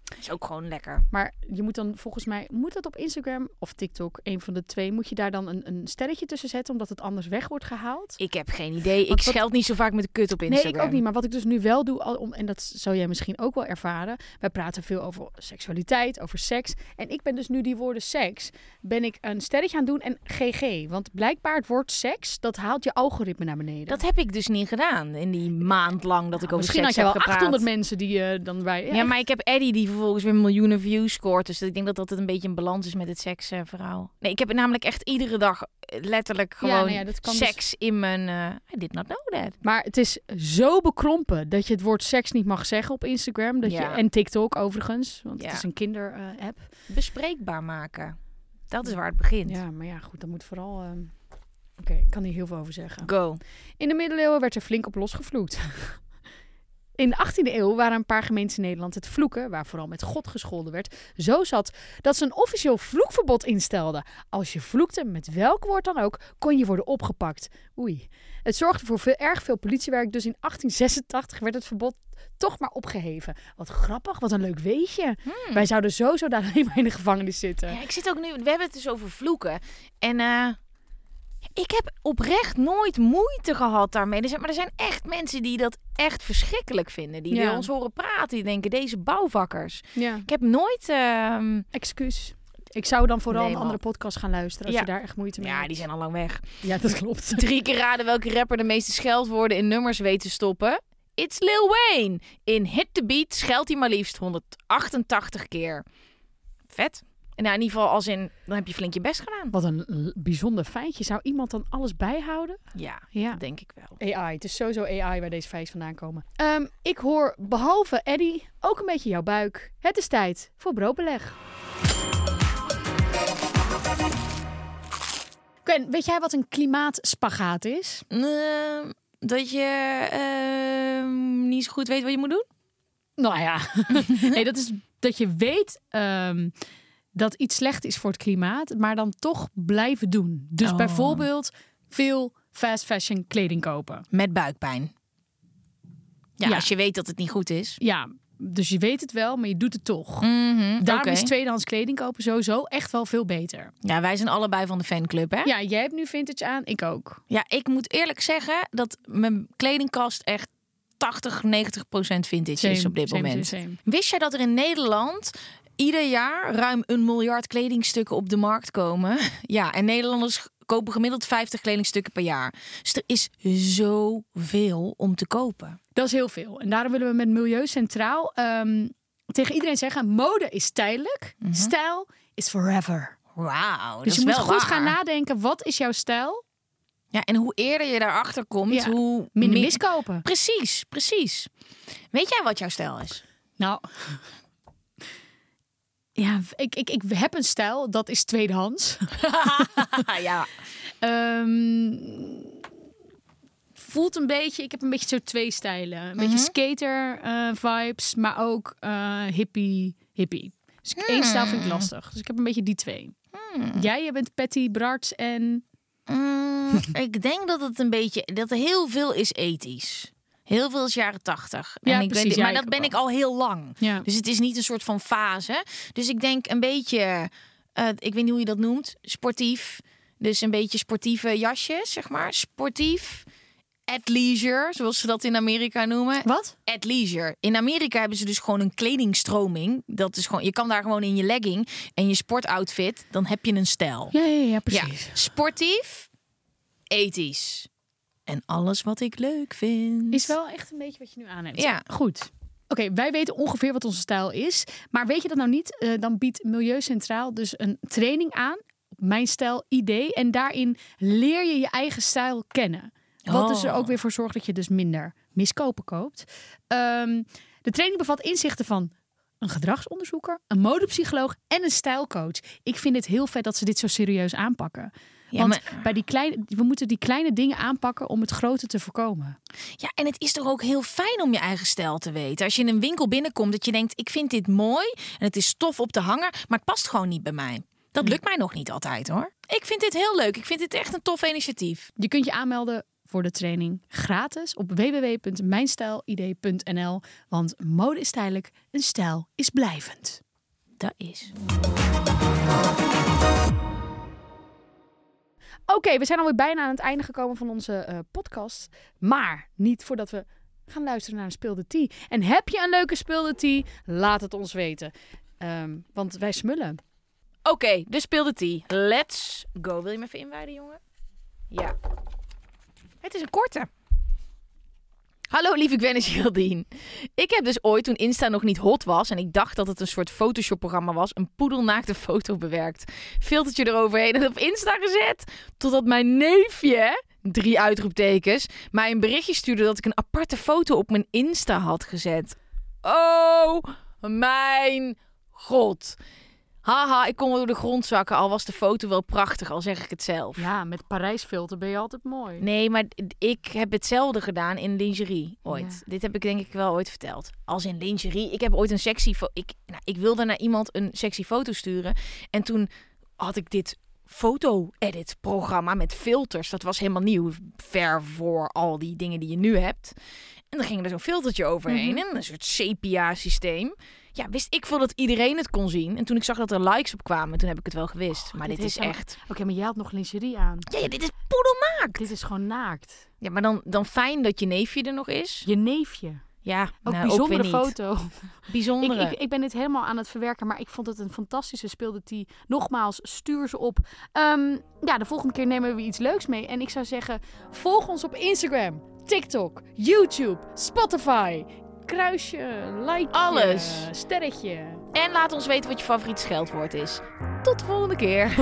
B: Dat is ook gewoon lekker.
C: Maar je moet dan volgens mij, moet dat op Instagram of TikTok, een van de twee, moet je daar dan een, een sterretje tussen zetten omdat het anders weg wordt gehaald?
B: Ik heb geen idee. Ik
C: Want wat-
B: scheld niet zo vaak met kut op Instagram.
C: Nee, ik ook niet. Maar wat ik dus nu wel doe, al om, en dat zou jij misschien ook wel ervaren. Wij praten veel over seksualiteit, over seks. En ik ben dus nu die woorden seks, ben ik een sterretje aan het doen en GG. Want blijkbaar het woord seks, dat haalt je algoritme naar beneden.
B: Dat heb ik dus niet gedaan in die maand lang dat ik
C: Nou,
B: over
C: misschien had
B: seks
C: je wel
B: heb gepraat.
C: 800 mensen die je dan bij...
B: Ja, maar ik heb Eddie die vervolgens weer miljoenen views scoort. Dus ik denk dat dat het een beetje een balans is met het seksverhaal. Nee, ik heb namelijk echt iedere dag eh, letterlijk
C: Ja,
B: gewoon
C: nou ja, dat kan dus-
B: seks in mijn... eh I did not know that.
C: Maar het is zo bekrompen dat je het woord seks niet mag zeggen op Instagram. Dat
B: Ja.
C: je, en TikTok overigens, want
B: Ja.
C: het is een eh, kinder-app.
B: Bespreekbaar maken. Dat is waar het begint.
C: ja, maar ja, goed, dat moet vooral... ehm, Oké, ik kan hier heel veel over zeggen.
B: Go.
C: In de middeleeuwen werd er flink op losgevloekt. In de 18e eeuw waren een paar gemeenten in Nederland het vloeken, waar vooral met God gescholden werd, zo zat dat ze een officieel vloekverbod instelden. Als je vloekte met welk woord dan ook, kon je worden opgepakt. Oei. Het zorgde voor veel, erg veel politiewerk, dus in 1886 werd het verbod toch maar opgeheven. Wat grappig, wat een leuk weetje. Wij zouden sowieso daar alleen maar in de gevangenis zitten.
B: Hmm. Ja, ik zit ook nu... We hebben het dus over vloeken. En eh, ik heb oprecht nooit moeite gehad daarmee. Er zijn, maar er zijn echt mensen die dat echt verschrikkelijk vinden. Die
C: Ja.
B: willen ons horen praten. Die denken, deze bouwvakkers.
C: Ja.
B: Ik heb nooit... ehm,
C: Excuus. Ik zou dan vooral
B: Nee,
C: een
B: man.
C: andere podcast gaan luisteren als
B: Ja.
C: je daar echt moeite mee
B: ja,
C: hebt.
B: die zijn al lang weg.
C: Ja, dat klopt.
B: Drie keer raden welke rapper de meeste scheldwoorden in nummers weet te stoppen. It's Lil Wayne. In Hit the Beat scheldt hij maar liefst 188 keer. Vet. Nou, in ieder geval als in, dan heb je flink je best gedaan.
C: Wat een l- bijzonder feitje. Zou iemand dan alles bijhouden?
B: Ja,
C: Ja.
B: dat denk ik wel.
C: AI, het is sowieso AI waar deze feitjes vandaan komen. Ehm, ik hoor behalve Eddy ook een beetje jouw buik. Het is tijd voor broodbeleg. Gwen, weet jij wat een klimaatspagaat is?
B: Ehm, dat je ehm, niet zo goed weet wat je moet doen?
C: Nou ja, nee, dat is dat je weet ehm, dat iets slecht is voor het klimaat, maar dan toch blijven doen. Dus bijvoorbeeld veel fast fashion kleding kopen.
B: Met buikpijn. Ja,
C: Ja.
B: als je weet dat het niet goed is.
C: ja, dus je weet het wel, maar je doet het toch.
B: Mhm,
C: Daarom
B: oké.
C: is tweedehands kleding kopen sowieso echt wel veel beter.
B: Ja, wij zijn allebei van de fanclub, hè?
C: Ja, jij hebt nu vintage aan, ik ook.
B: Ja, ik moet eerlijk zeggen dat mijn kledingkast echt 80, 90 procent vintage is
C: Same,
B: op dit
C: same,
B: moment.
C: same, same.
B: Wist jij dat er in Nederland ieder jaar ruim een miljard kledingstukken op de markt komen? Ja, en Nederlanders kopen gemiddeld 50 kledingstukken per jaar. Dus er is zoveel om te kopen.
C: Dat is heel veel. En daarom willen we met Milieu Centraal ehm, tegen iedereen zeggen... mode is tijdelijk, stijl is forever.
B: Wauw, Mhm. dat
C: Dus je
B: is
C: moet
B: wel
C: goed gaan
B: waar.
C: nadenken, wat is jouw stijl?
B: Ja, en hoe eerder je daarachter komt,
C: Ja,
B: hoe
C: Minder
B: meer-
C: miskopen.
B: Precies, precies. Weet jij wat jouw stijl is?
C: Nou, ja, ik, ik, ik heb een stijl, dat is tweedehands.
B: ja,
C: Ehm, voelt een beetje, ik heb een beetje zo twee stijlen. Een beetje
B: Mhm.
C: skater eh, vibes, maar ook eh, hippie, hippie. Dus ik- één stijl
B: Hmm.
C: vind ik lastig. Dus ik heb een beetje die twee. Jij, je bent Patty Bart en...
B: Mm, ik denk dat het een beetje dat er heel veel is ethisch. Heel veel is jaren tachtig.
C: Ja,
B: ik
C: precies,
B: ben,
C: ja,
B: maar
C: ik
B: dat
C: ook
B: ben
C: wel.
B: ik al heel lang.
C: Ja.
B: Dus het is niet een soort van fase. Dus ik denk een beetje eh, ik weet niet hoe je dat noemt, sportief. Dus een beetje sportieve jasjes, zeg maar. Sportief. Athleisure, zoals ze dat in Amerika noemen.
C: Wat?
B: Athleisure. In Amerika hebben ze dus gewoon een kledingstroming. Dat is gewoon, je kan daar gewoon in je legging en je sportoutfit, dan heb je een stijl.
C: Ja, ja, ja,
B: Ja,
C: precies.
B: sportief, ethisch. En alles wat ik leuk vind.
C: Is wel echt een beetje wat je nu aan hebt.
B: Ja.
C: Goed. Oké, wij weten ongeveer wat onze stijl is. Maar weet je dat nou niet? Eh, dan biedt Milieu Centraal dus een training aan. op Mijn stijl idee. En daarin leer je je eigen stijl kennen. Wat dus er
B: Oh.
C: ook weer voor zorgt dat je dus minder miskopen koopt. Ehm, de training bevat inzichten van een gedragsonderzoeker, een modepsycholoog en een stijlcoach. Ik vind het heel vet dat ze dit zo serieus aanpakken.
B: Ja,
C: Want
B: maar-
C: bij die kleine, we moeten die kleine dingen aanpakken om het grote te voorkomen.
B: Ja, en het is toch ook heel fijn om je eigen stijl te weten. Als je in een winkel binnenkomt dat je denkt, ik vind dit mooi en het is tof op de hanger, maar het past gewoon niet bij mij. Dat lukt mij nog niet altijd hoor. Ik vind dit heel leuk. Ik vind dit echt een tof initiatief.
C: Je kunt je aanmelden voor de training gratis op www.mijnstijlid.nl. Want mode is tijdelijk, een stijl is blijvend.
B: Dat is.
C: Oké, we zijn alweer bijna aan het einde gekomen van onze eh, podcast. Maar niet voordat we gaan luisteren naar een speelde tea. En heb je een leuke speelde tea? Laat het ons weten. Ehm, want wij smullen.
B: Oké, dus speel de tea. Let's go. Wil je me even inwijden, jongen? Ja. Het is een korte. Hallo lieve Gwen en Geraldine. Ik heb dus ooit, toen Insta nog niet hot was... en ik dacht dat het een soort Photoshop-programma was... een poedelnaakte foto bewerkt. Filtertje eroverheen en op Insta gezet. Totdat mijn neefje, drie uitroeptekens... mij een berichtje stuurde dat ik een aparte foto op mijn Insta had gezet. Oh mijn god. Haha, ik kon wel door de grond zakken, al was de foto wel prachtig, al zeg ik het zelf.
C: Ja, met Parijsfilter ben je altijd mooi.
B: Nee, maar d- ik heb hetzelfde gedaan in lingerie ooit. Dit heb ik denk ik wel ooit verteld. Als in lingerie. Ik heb ooit een sexy foto... Ik, nou, ik wilde naar iemand een sexy foto sturen. En toen had ik dit foto-edit-programma met filters. Dat was helemaal nieuw. Ver voor al die dingen die je nu hebt. En dan ging er zo'n filtertje overheen. En een soort sepia-systeem. Ja, wist ik veel dat iedereen het kon zien. En toen ik zag dat er likes op kwamen, toen heb ik het wel gewist. maar dit, is
C: helemaal-
B: echt...
C: Oké, maar jij had nog lingerie aan.
B: Ja, ja, dit is poedelmaakt.
C: Dit is gewoon naakt.
B: Ja, maar dan, dan fijn dat je neefje er nog is.
C: Je neefje.
B: Ja,
C: Ook
B: nou, weer
C: bijzondere
B: niet.
C: foto. Ik, ik,
B: Bijzondere.
C: ik ben dit helemaal aan het verwerken, maar ik vond het een fantastische speelde die. Nogmaals, stuur ze op. Ehm, ja, de volgende keer nemen we iets leuks mee. En ik zou zeggen, volg ons op Instagram, TikTok, YouTube, Spotify. Kruisje, like,
B: Alles.
C: sterretje.
B: En laat ons weten wat je favoriet scheldwoord is. Tot de volgende keer.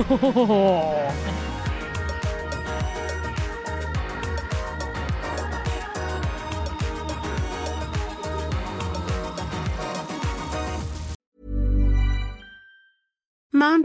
F: Mom